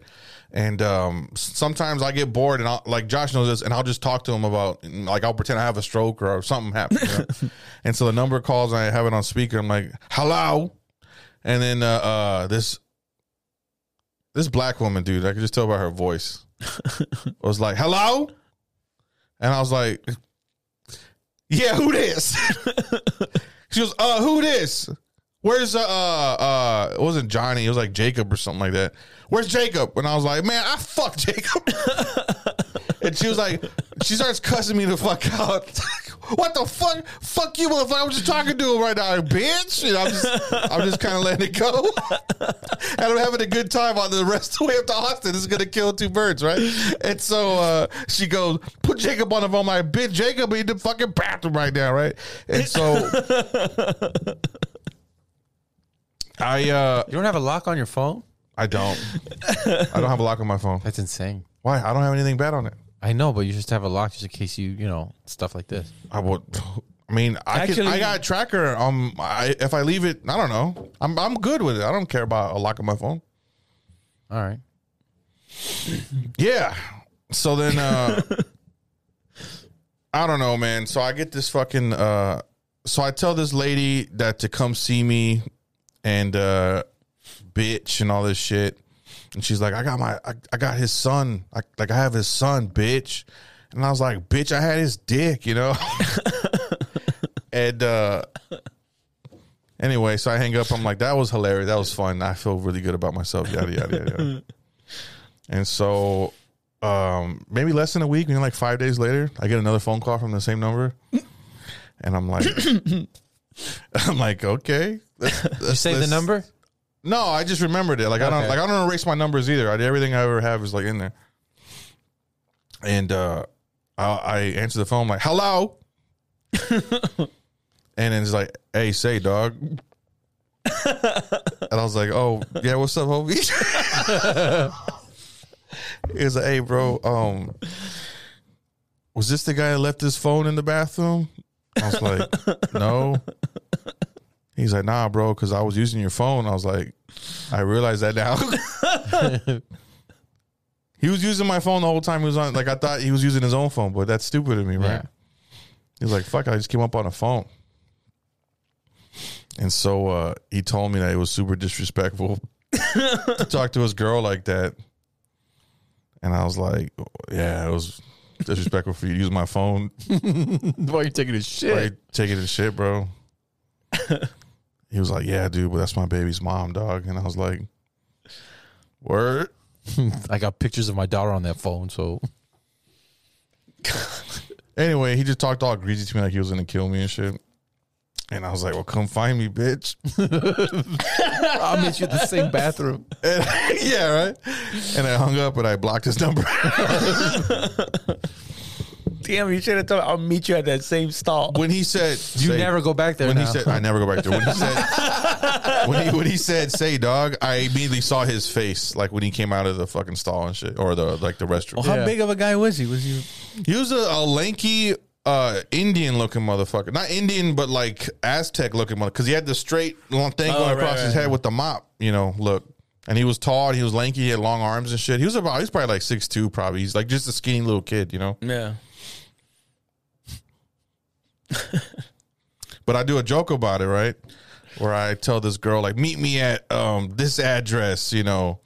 [SPEAKER 2] And um, s- sometimes I get bored, and I'll, like Josh knows this, and I'll just talk to him about mm, like I'll pretend I have a stroke or, something happened. you know? and so the number calls, and I have it on speaker. I'm like, hello, and then uh, uh, this this black woman, dude, I could just tell by her voice, was like, "Hello," and I was like, "Yeah, who this?" [laughs] she goes, "Uh, who this? Where's uh uh uh? It wasn't Johnny. It was like Jacob or something like that. Where's Jacob?" And I was like, "Man, I fucked Jacob." And she was like, she starts cussing me the fuck out. [laughs] what the fuck? Fuck you, motherfucker. I'm just talking to him right now, bitch. And I'm just, I'm just kind of letting it go. [laughs] and I'm having a good time on the rest of the way up to Austin. This is going to kill two birds, right? And so uh, she goes, put Jacob on the phone. I'm like, bitch, Jacob in the fucking bathroom right now, right? And so I uh,
[SPEAKER 3] You don't have a lock on your phone?
[SPEAKER 2] I don't. I don't have a lock on my phone.
[SPEAKER 3] That's insane.
[SPEAKER 2] Why? I don't have anything bad on it.
[SPEAKER 3] I know, but you just have a lock just in case you, you know, stuff like this.
[SPEAKER 2] I would. I mean, I can,
[SPEAKER 1] Actually-
[SPEAKER 2] I got a tracker. Um, I, if I leave it, I don't know. I'm I'm good with it. I don't care about a lock on my phone.
[SPEAKER 3] All right.
[SPEAKER 2] Yeah. So then uh I don't know, man. So I get this fucking uh so I tell this lady that to come see me and uh bitch and all this shit. And she's like, I got my I, I got his son. I, like I have his son, bitch. And I was like, bitch, I had his dick,
[SPEAKER 3] [laughs]
[SPEAKER 2] you know? and uh anyway, so I hang up. I'm like, that was hilarious. That was fun. I feel really good about myself. Yada yada yada. yada.
[SPEAKER 3] [laughs]
[SPEAKER 2] And so, um, maybe less than a week, maybe like five days later, I get another phone call from the
[SPEAKER 3] [laughs]
[SPEAKER 2] same number, and I'm like, [laughs] I'm like, okay. let's-
[SPEAKER 3] You
[SPEAKER 2] let's-
[SPEAKER 3] save the
[SPEAKER 2] let's-
[SPEAKER 3] [laughs] number?
[SPEAKER 2] No, I just remembered it. Like I don't,
[SPEAKER 3] Okay.
[SPEAKER 2] like I don't erase my numbers either. I, everything I ever have is like in there. And uh, I, I answer the phone like, hello, and then it's like, hey, say, dog. and I was like, oh yeah, what's up, homie? [laughs] He was like, hey, bro, um, was this the guy that left his phone in the bathroom? I was like, no. He's like, nah, bro, because I was using your phone. I was like, I realize that now. he was using my phone the whole time he was on. Like, I thought he was using his own phone, but that's stupid of me,
[SPEAKER 3] Yeah.
[SPEAKER 2] right?
[SPEAKER 3] [laughs]
[SPEAKER 2] He's like, fuck, I just came up on a phone. And so uh, he told me that it was super disrespectful to talk to his girl like that. And I was like, yeah, it was disrespectful for you to use my phone.
[SPEAKER 3] Why are you taking a shit?
[SPEAKER 2] Like, taking the shit, bro. he was like, yeah, dude, but that's my baby's mom, dog. And I was like, word.
[SPEAKER 3] I got pictures of my daughter on that phone, [laughs] so
[SPEAKER 2] Anyway, he just talked all greasy to me like he was going to kill me and shit. And I was like, well, come find me, bitch. [laughs]
[SPEAKER 3] I'll meet you at the same bathroom.
[SPEAKER 2] And, yeah, right. And I hung up and I blocked his number. [laughs]
[SPEAKER 1] Damn, you should have told me I'll meet you at that same stall.
[SPEAKER 2] when he said,
[SPEAKER 3] You
[SPEAKER 2] "Say-
[SPEAKER 3] never go back there.
[SPEAKER 2] when
[SPEAKER 3] now.
[SPEAKER 2] he said, "I never go back there," when he said,
[SPEAKER 3] [laughs]
[SPEAKER 2] when he when he said, "Say, dog," I immediately saw his face, like when he came out of the fucking stall and shit, or the like the restroom.
[SPEAKER 1] How big of a guy was he? Was he
[SPEAKER 2] He was a, a lanky uh, Indian looking motherfucker, not Indian, but like Aztec looking mother, because he had the straight long thing
[SPEAKER 1] Oh,
[SPEAKER 2] going
[SPEAKER 1] right,
[SPEAKER 2] across
[SPEAKER 1] right,
[SPEAKER 2] his head with the mop, you know, look. And he was tall, and he was lanky, he had long arms and shit. He was about, he was probably like six two, probably. He's like just a skinny little kid, you know.
[SPEAKER 1] Yeah.
[SPEAKER 2] But I do a joke about it, right? Where I tell this girl, like, meet me at um, this address, you know,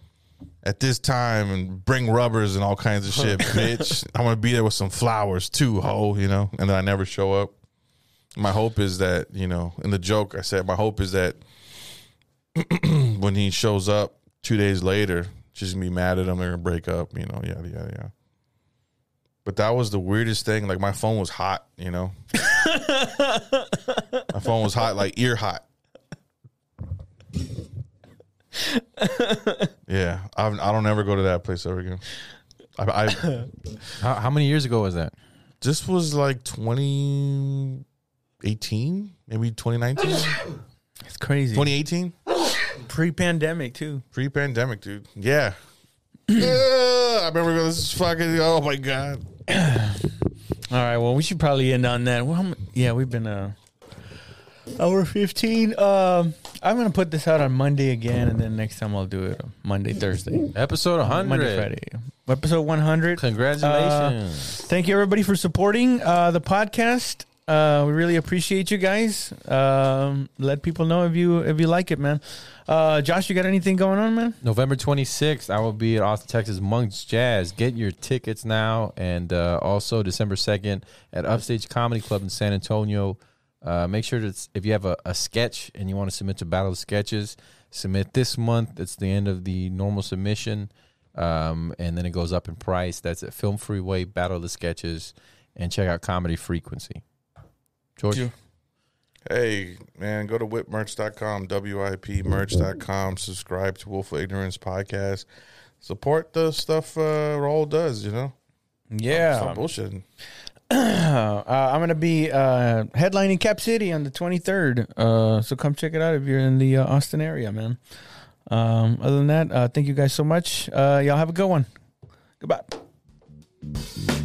[SPEAKER 2] at this time and bring rubbers and all kinds of shit, bitch. I'm gonna be there with some flowers too, ho, you know, and then I never show up. My hope is that, you know, in the joke I said, my hope is that [clears throat] when he shows up two days later, she's gonna be mad at him, they're gonna break up, you know, yada yada yada. But that was the weirdest thing. Like my phone was hot, you know. My phone was hot, like ear hot. yeah, I've, I don't ever go to that place ever again. I, I
[SPEAKER 3] how, how many years ago was that?
[SPEAKER 2] this was like 2018, maybe 2019,
[SPEAKER 1] It's crazy.
[SPEAKER 2] 2018,
[SPEAKER 1] Pre pandemic, too.
[SPEAKER 2] pre-pandemic, dude. Yeah, yeah. I remember going. This is fucking. Oh my god.
[SPEAKER 1] All right, well, we should probably end on that. Well, how mu- yeah, we've been. Uh, Hour 15. Um, I'm going to put this out on Monday again, and then next time I'll do it on Monday, Thursday.
[SPEAKER 3] Episode 100.
[SPEAKER 1] Monday, Friday. Episode 100.
[SPEAKER 3] Congratulations.
[SPEAKER 1] Thank you, everybody, for supporting uh, the podcast. Uh, we really appreciate you guys. Um, let people know if you if you like it, man. Uh, Josh, you got anything going on, man?
[SPEAKER 3] November 26th, I will be at Austin, Texas Monks Jazz. Get your tickets now. And uh, also December 2nd at Upstage Comedy Club in San Antonio. Uh, make sure that if you have a, a sketch and you want to submit to Battle of Sketches, submit this month. It's the end of the normal submission. Um, and then it goes up in price. That's at Film Freeway, Battle of the Sketches. And check out Comedy Frequency. George?
[SPEAKER 1] Yeah.
[SPEAKER 2] Hey, man, go to whipmerch.com, wipmerch.com, subscribe to Wolf of Ignorance podcast. Support the stuff uh, Raul does, you know?
[SPEAKER 1] Yeah,
[SPEAKER 2] Stop bullshitting.
[SPEAKER 1] [clears throat] uh, I'm gonna be uh, headlining Cap City on the 23rd. Uh, so come check it out if you're in the uh, Austin area, man. Um, other than that, uh, thank you guys so much. Uh, y'all have a good one. Goodbye.